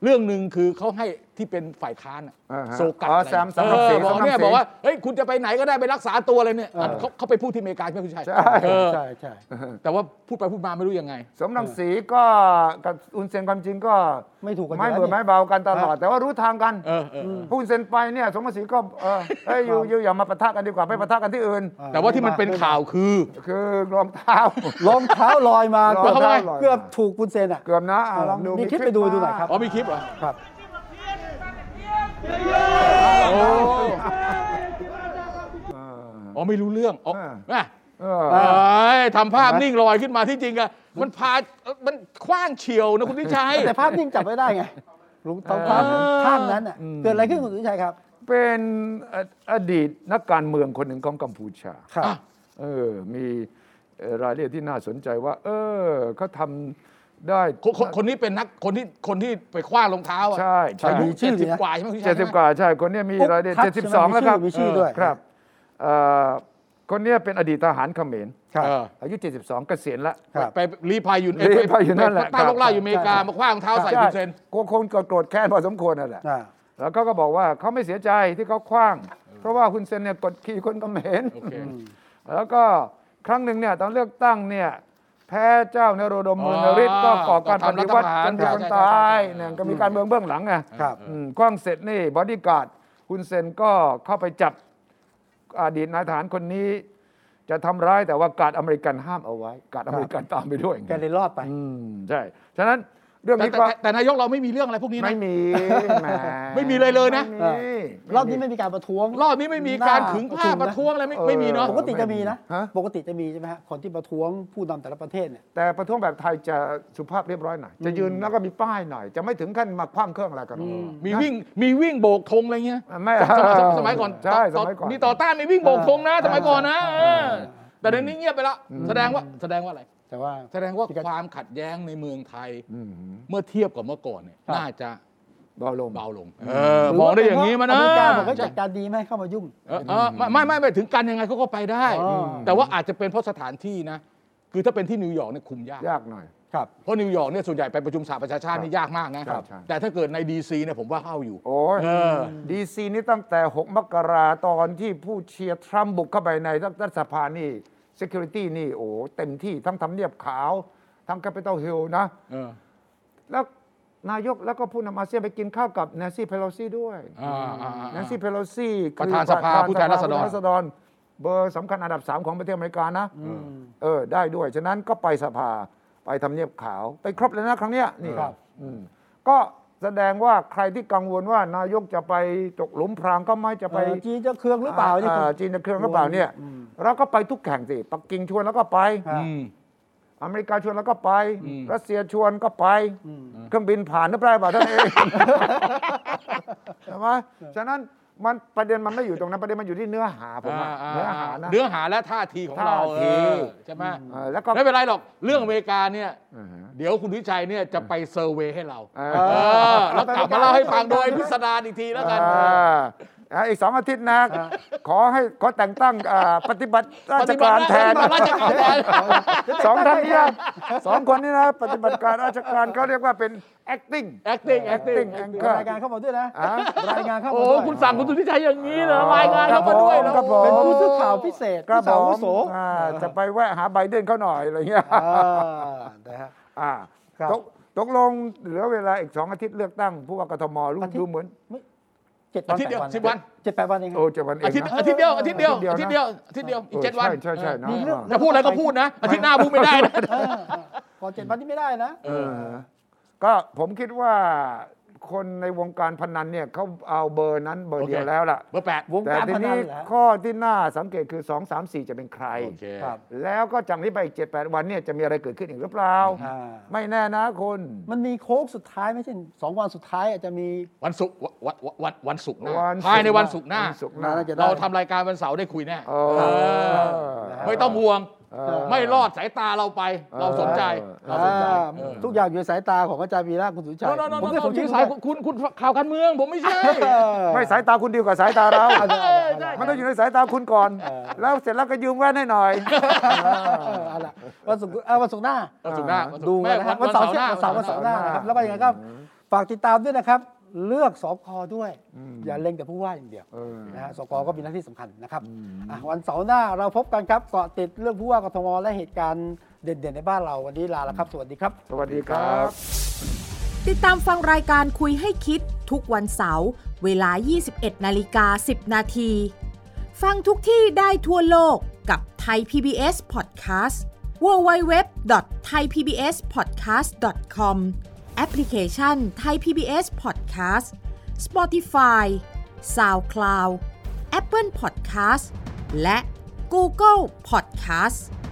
เรื่องหนึ่งคือเขาให้ที่เป็นฝ่ายค้านอะ
อ่าฮะ
โซกัด
อ๋อ
อะไร
แซม
เอ
สำนัก
อ
สี
บอกเนี่ย
สำนักสี
บอกว่าเฮ้ยคุณจะไปไหนก็ได้ไปรักษาตัวอะไรเนี่ย
เออ
เขาเขาไปพูดที่อเมริกาใช่ไหมคุณชัย
ใช่
เออ
ใช่ใช่
แต่ว่าพูดไปพูดมาไม่รู้ยังไง
สมรังสีก็กับอุนเซนความจริงก็
ไม่ถูกกัน
ไม่
ยู่
เบื่
แล้ว
อ
นี่ย
ไม่เบากันตลอด แต่ว่ารู้ทางกัน
เออเออเออ
หุ้นเซ็นไปเนี่ยสมศรีก็เอ อเอ้ยอยู่อยู่อย่ามาปะทะกันดีกว่าไปปะทะกันที่อื่น
เออ
แต่ว่าที่มันเป็นข่าวคือ
คือรองเท้า
รองเท้าลอยมารเกื
อ
อง บ
เท้าลอยมา
เกือบถูกคุณเซนอ่ะ
เกือบนะอ่ะ
เออ
ลองดู
มีคลิปไปดูดูหน่อยครับ
อ๋อมีคลิปเหรอ
ครับ
โอ้
เออ
อ๋อไม่รู้เรื่องอ๋อ
เออ
แม่
เออ
เอ
เอ้ยทำภาพนิ่งลอยขึ้นมาที่จริงอะมันพามันคว้างเฉียวนะคุณทิชัย
แต่ภาพนิ่งจับไม่ได้ไง ลุงต้องท่านนั้น
เออ
ท่านนั้นน่ะ
อืม
เกิดอะไรขึ้นคุณสุทธิชัยครับ
เป็นออดีตนักการเมืองคนหนึ่งของกัมพูชา
ครับ
เออ มีเอ่อรายละเอียดที่น่าสนใจว่า เออเขาทำได้
คนคนคนนี้เป็นนักคนที่คนที่ไปคว้ารองเท้าอะ
ใช่
ใช่
ใช่
อายุ
มีชื่อ
เจ็ดสิบ
นะ
กว่าใช่ไหมคุณชั
เจ็
ย
ดสิบ
ใช่ไหม
กว่าใช่คนเนี้ยมีรายละเอียด
ปุ๊บ
เจ็ดสิบสองแล้วครับ
มีชื่อมีชื่อด้วย
เครับเอ่อคนเนี้ยเป็นอดีตทหารเขมร
ครับ
เออ
อายุ 72 เกษียณละ
ครับ
ไปรีพายอยู่
ลี้ภัยอยู่นั่นแหละ
ใต้
ครับ
โลกล่าอยู่อเมริกา
ใช่
มาคว้ารองเท้าใส่
ใช่
คุณเซน
ก็คงโกรธแค้นพอสมควรนั่นแหละ
อ่า
แล้วเขาก็บอกว่าเขาไม่เสียใจที่เขาคว้าง เพราะว่าคุณเซนเนี่ยกดขี่คนเขมร
โอเค
แล้วก็ครั้งหนึ่งเนี่ยตอนเลือกตั้งเนี่ยแพ้เจ้านโรดมเมืองนริศก็ก่อการปฏิวัติจนมีคนตายเนี่ยก็มีการเมืองเบื้องหลังไง
ครับ
อืมคว้างเสร็จนี่บอดี้การ์ดคุณเซนก็เข้าไปจับอดีตนายทหารคนนี้ จะทำร้ายแต่ว่าการดอเมริกันห้ามเอาไว้ การดอเมริกันตามไปด้วย
แกเลยรอดไป
อืมใช่ฉะนั้นเรื่อง
แต่
นี้
แต่
ก็
แต่แต่นายกเราไม่มีเรื่องอะไรพวกนี้นะ
ไม่มีแห
ไม่มีเลยเลยนะ
ไม่มี
รอบนี้ไม่มีการประท้วง
รอบนี้ไม่มีการขึงผ้า
หน้
ประท้วงอะไรไม่
เออ
ไม่มีเนาะ
ปกติจะมีนะ
ฮ
ปกติจะมีใช่ไหมฮะคนที่ประท้วงผู้นำแต่ละประเทศเนี่ย
แต่ประท้วงแบบไทยจะสุภาพเรียบร้อยหน่อย จะยืนแล้วก็มีป้ายหน่อย จะไม่ถึงขั้นมาคว่ำเครื่องอะไรกันหรอก
มี
นะ
วิ่งมีวิ่งโบกธงอะไรเงี้ย
ไม่
สมัยสมัยก่อน
ใช่ส
ต่อ
มัยก่อน
มีต่อต้านในวิ่งโบกธงนะ
อ่า
สมัยก่อนนะเออแต่เดี๋ยวนี้เงียบไปแล้วแสดงว่าแสดงว่าอะไร
แต่ว่า
แสดงว่า
ที่จะ
ความขัดแย้งในเมืองไทย
อืม
เมื่อเทียบกับเมื่อก่อนเนี่ยน่าจะ
เบาลง
เบาลงเออมองได้อย่างนี้มานะ
อเมริกาบอกว่าจัดการดีไม่ให้เข้ามายุ่ง
เออเออไม่ไม่ไม่ไม่ถึงกันยังไงเขาก็ไปได้
อ๋อ
แต่ว่าอาจจะเป็นเพราะสถานที่นะ คือถ้าเป็นที่นิวยอร์กเนี่ยคุมยาก
ยากหน่อย
ครับ
เพราะนิวยอร์กเนี่ยส่วนใหญ่ไปประชุมสหประชาชาตินี่ยากมากนะครับ
ใช่
แต่ถ้าเกิดในดีซีเนี่ยผมว่าเข้าอยู่
โอ้ย
เออ
ดีซีนี่ตั้งแต่ 6 มกราตอนที่ผู้เชียร์ทรัมป์บุกเข้าไปในรัฐสภานี่ Security นี่โอ้เต็มที่ทั้งทำเนียบขาว ทั้ง Capitol Hill นะ
เออ
แล้วนายกแล้วก็ผู้นำอาเซียนไปกินข้าวกับแนนซี่เพโลซี่ด้วย
อ่าอ่าอ่า
แนนซี่เพโลซี่
ป
คือ
ระธานสภาผู้แทนราษฎร
ผู้แทนรเบอร์สำคัญอันดับ 3 ของประเทศอเมริกานะเออได้ด้วย ฉะนั้นก็ไปสภาไปทำเนียบขาว ไปครบเลยนะครั้งเนี้ยนี่
ครับ
อืมก็แสดงว่าใครที่กังวลว่านายกจะไปตกหลุมพรางก็ไม่จะ
ไป
ไป
จีนจะเครืองหรือเปล่านี่คือ
จีนจะเครื่องหรือเปล่าเนี่ย
อืม
เราก็ไปทุกแข่งสิปักกิ่งชวนแล้วก็ไป
ฮะ
อืม
อเมริกาชวนแล้วก็ไป
อืม
รัสเซียชวนก็ไป เครื่องบินผ่านหรือเปล่าเปล่าท่านเองใช่ไหมฉะนั้นมันประเด็นมันไม่อยู่ตรงนั้นประเด็นมันอยู่ที่เนื้อหาผมว่า
อ่
เนื้อหานะ
เนื้อหาและท่าทีของเรา
ท่าที
เออใช่ไหม
เออแล้วก็
ไม่เป็นไรหรอกเรื่องอเมริกาเนี่ย
อ่าฮะ
เดี๋ยวคุณวิชัยเนี่ยจะไปเซอร์เวยให้เรา
เอ
เออ
อ
แล้วกลับมาเล่าให้ฟังโดยพิสดารอีกทีแล้วกัน
อ่าอ่ะอีกสองอาทิตย์นะขอให้ขอแต่งตั้งอ่าปฏิบัติรา
ป
ช
ฏิบั
การ
ติ
แทน
ราชการแทน
สองท่านเนี้สองคนนี้นะ ปฏิบัติการราชการเขาเรียกว่าเป็น acting
acting acting
acting
ก็
anchor
รายงานเข้ามาด้วยนะ
อ่ะ
รายงานเข้ามา
โอ้
ด้วย
คุณสั่งคุณสุทธิชัยอย่างนี้เหรอรายงานเข้ามาด้วยเหรอ
ครับผม
เป็นผู้สื่อข่าวพิเศษ
กระ
ผู้
บ
สา
อ
ว
ม
วุโส
อ่าจะไปแวะหาไบเดนเขาหน่อยอะไรเงี้ย
อ่านะฮะ
อ่า
ครับ
ตกตกลงเหลือเวลาอีกสองอาทิตย์เลือกตั้งผู้ว่ากทมรู้
อาทิตย์
ดูเหมือน
เจ็ด
อาทิตย์เดียวสิบวัน
เจ็ดแปดวันเองค
โอ้
รับ
จะวันเอ
อาง ทิตย์
นะ
อาทิตย์เดียวอาทิตย์เดียว
อาทิตย์เดียว
อาทิตย์เดียวอาทิตย์เดียวอีกเจ็ดวัน
ใช่ใช่ใช่นะ
เออจะพูดอะไรก็พูดนะอาทิตย์หน้าพูดไม่ได้นะ
เออเออพอเจ็ดวันที่ไม่ได้นะ
เออก็ผมคิดว่าคนในวงการพนันเนี่ยเขาเอาเบอร์นั้นเบอร์เดียว
โอเค
แล้วล่ะ
เบอร์แปด
วง
แต่
การ
ที
พนัน
นี้
เหรอฮะ
ข้อที่น่าสังเกตคือ 2 3 4 จะเป็นใคร
โอเค
ครับ
แล้วก็จากนี้ไปอีก 7 8 วันเนี่ยจะมีอะไรเกิดขึ้นอีกหรือเปล่า
อ่า
ไม่แน่นะคุณ
มันมีโค้งสุดท้ายไม่ใช่สองวันสุดท้ายอาจจะมี
วันศุกร์วันวันวันวันศุกร์หน้า
ศุกร์
ภายในวันศุกร์หน้า
วันศุกร์หน้า
น่าจะ
เราทำรายการวันเสาร์ได้คุยแน่
เออ
เออไม่ต้องห่วง
เออ
ไม่รอดสายตาเราไป เราสนใจ
เออ
เราสนใจ
อ่าทุกอย่างอยู่ในสายตาของอาจารย์วีระคุณสุวิชัย
โน่นโน่น
ผม
โน่น
ก็สมชื่อสา
อสาย ยคุณคุณคุณข่าวการเมืองผมไม่ใช่
ไม่สายตาคุณดีกว่าสายตาเรา
เออได้
มันต้องอยู่ในสายตาคุณก่อน แล้วเสร็จแล้วก็ยืมแว่นให้หน่อย
เออเอาล่ะวันศุกร์เออวันศุกร์หน้า
วันศุกร์หน้าวันศุก
ดู
ร์
กั
ไม่
นนะครับวั
วั
น น
เสา
เสา
ร์
ร์
ห
ห
น้า
น้าวันเสาร์วันเสาร์หน้านะ
วันเสาร์หน้า
ครับแล้วก็อย่างไรก็ฝากติดตามด้วยนะครับ เลือกสกด้วย อย่าเล็งแต่ผู้ว่าอย่างเดียว
เออ
นะฮะสกก็มีหน้าที่สำคัญนะครับอ่ะวันเสาร์หน้าเราพบกันครับเกาะติดเรื่องผู้ว่ากทมและเหตุการณ์เด่นๆในบ้านเราวันนี้ลาแล้วครับ สวัสดีครับ
สวัสดีครับ
ติดตามฟังรายการคุยให้คิดทุกวันเสาร์เวลา 21 นาฬิกา 10 นาที ฟังทุกที่ได้ทั่วโลกกับ t h a i PBS Podcast www.thaipbspodcast.com แอปพลิเคชัน t h a i PBS Podcast Spotify SoundCloud Apple Podcast และ Google Podcast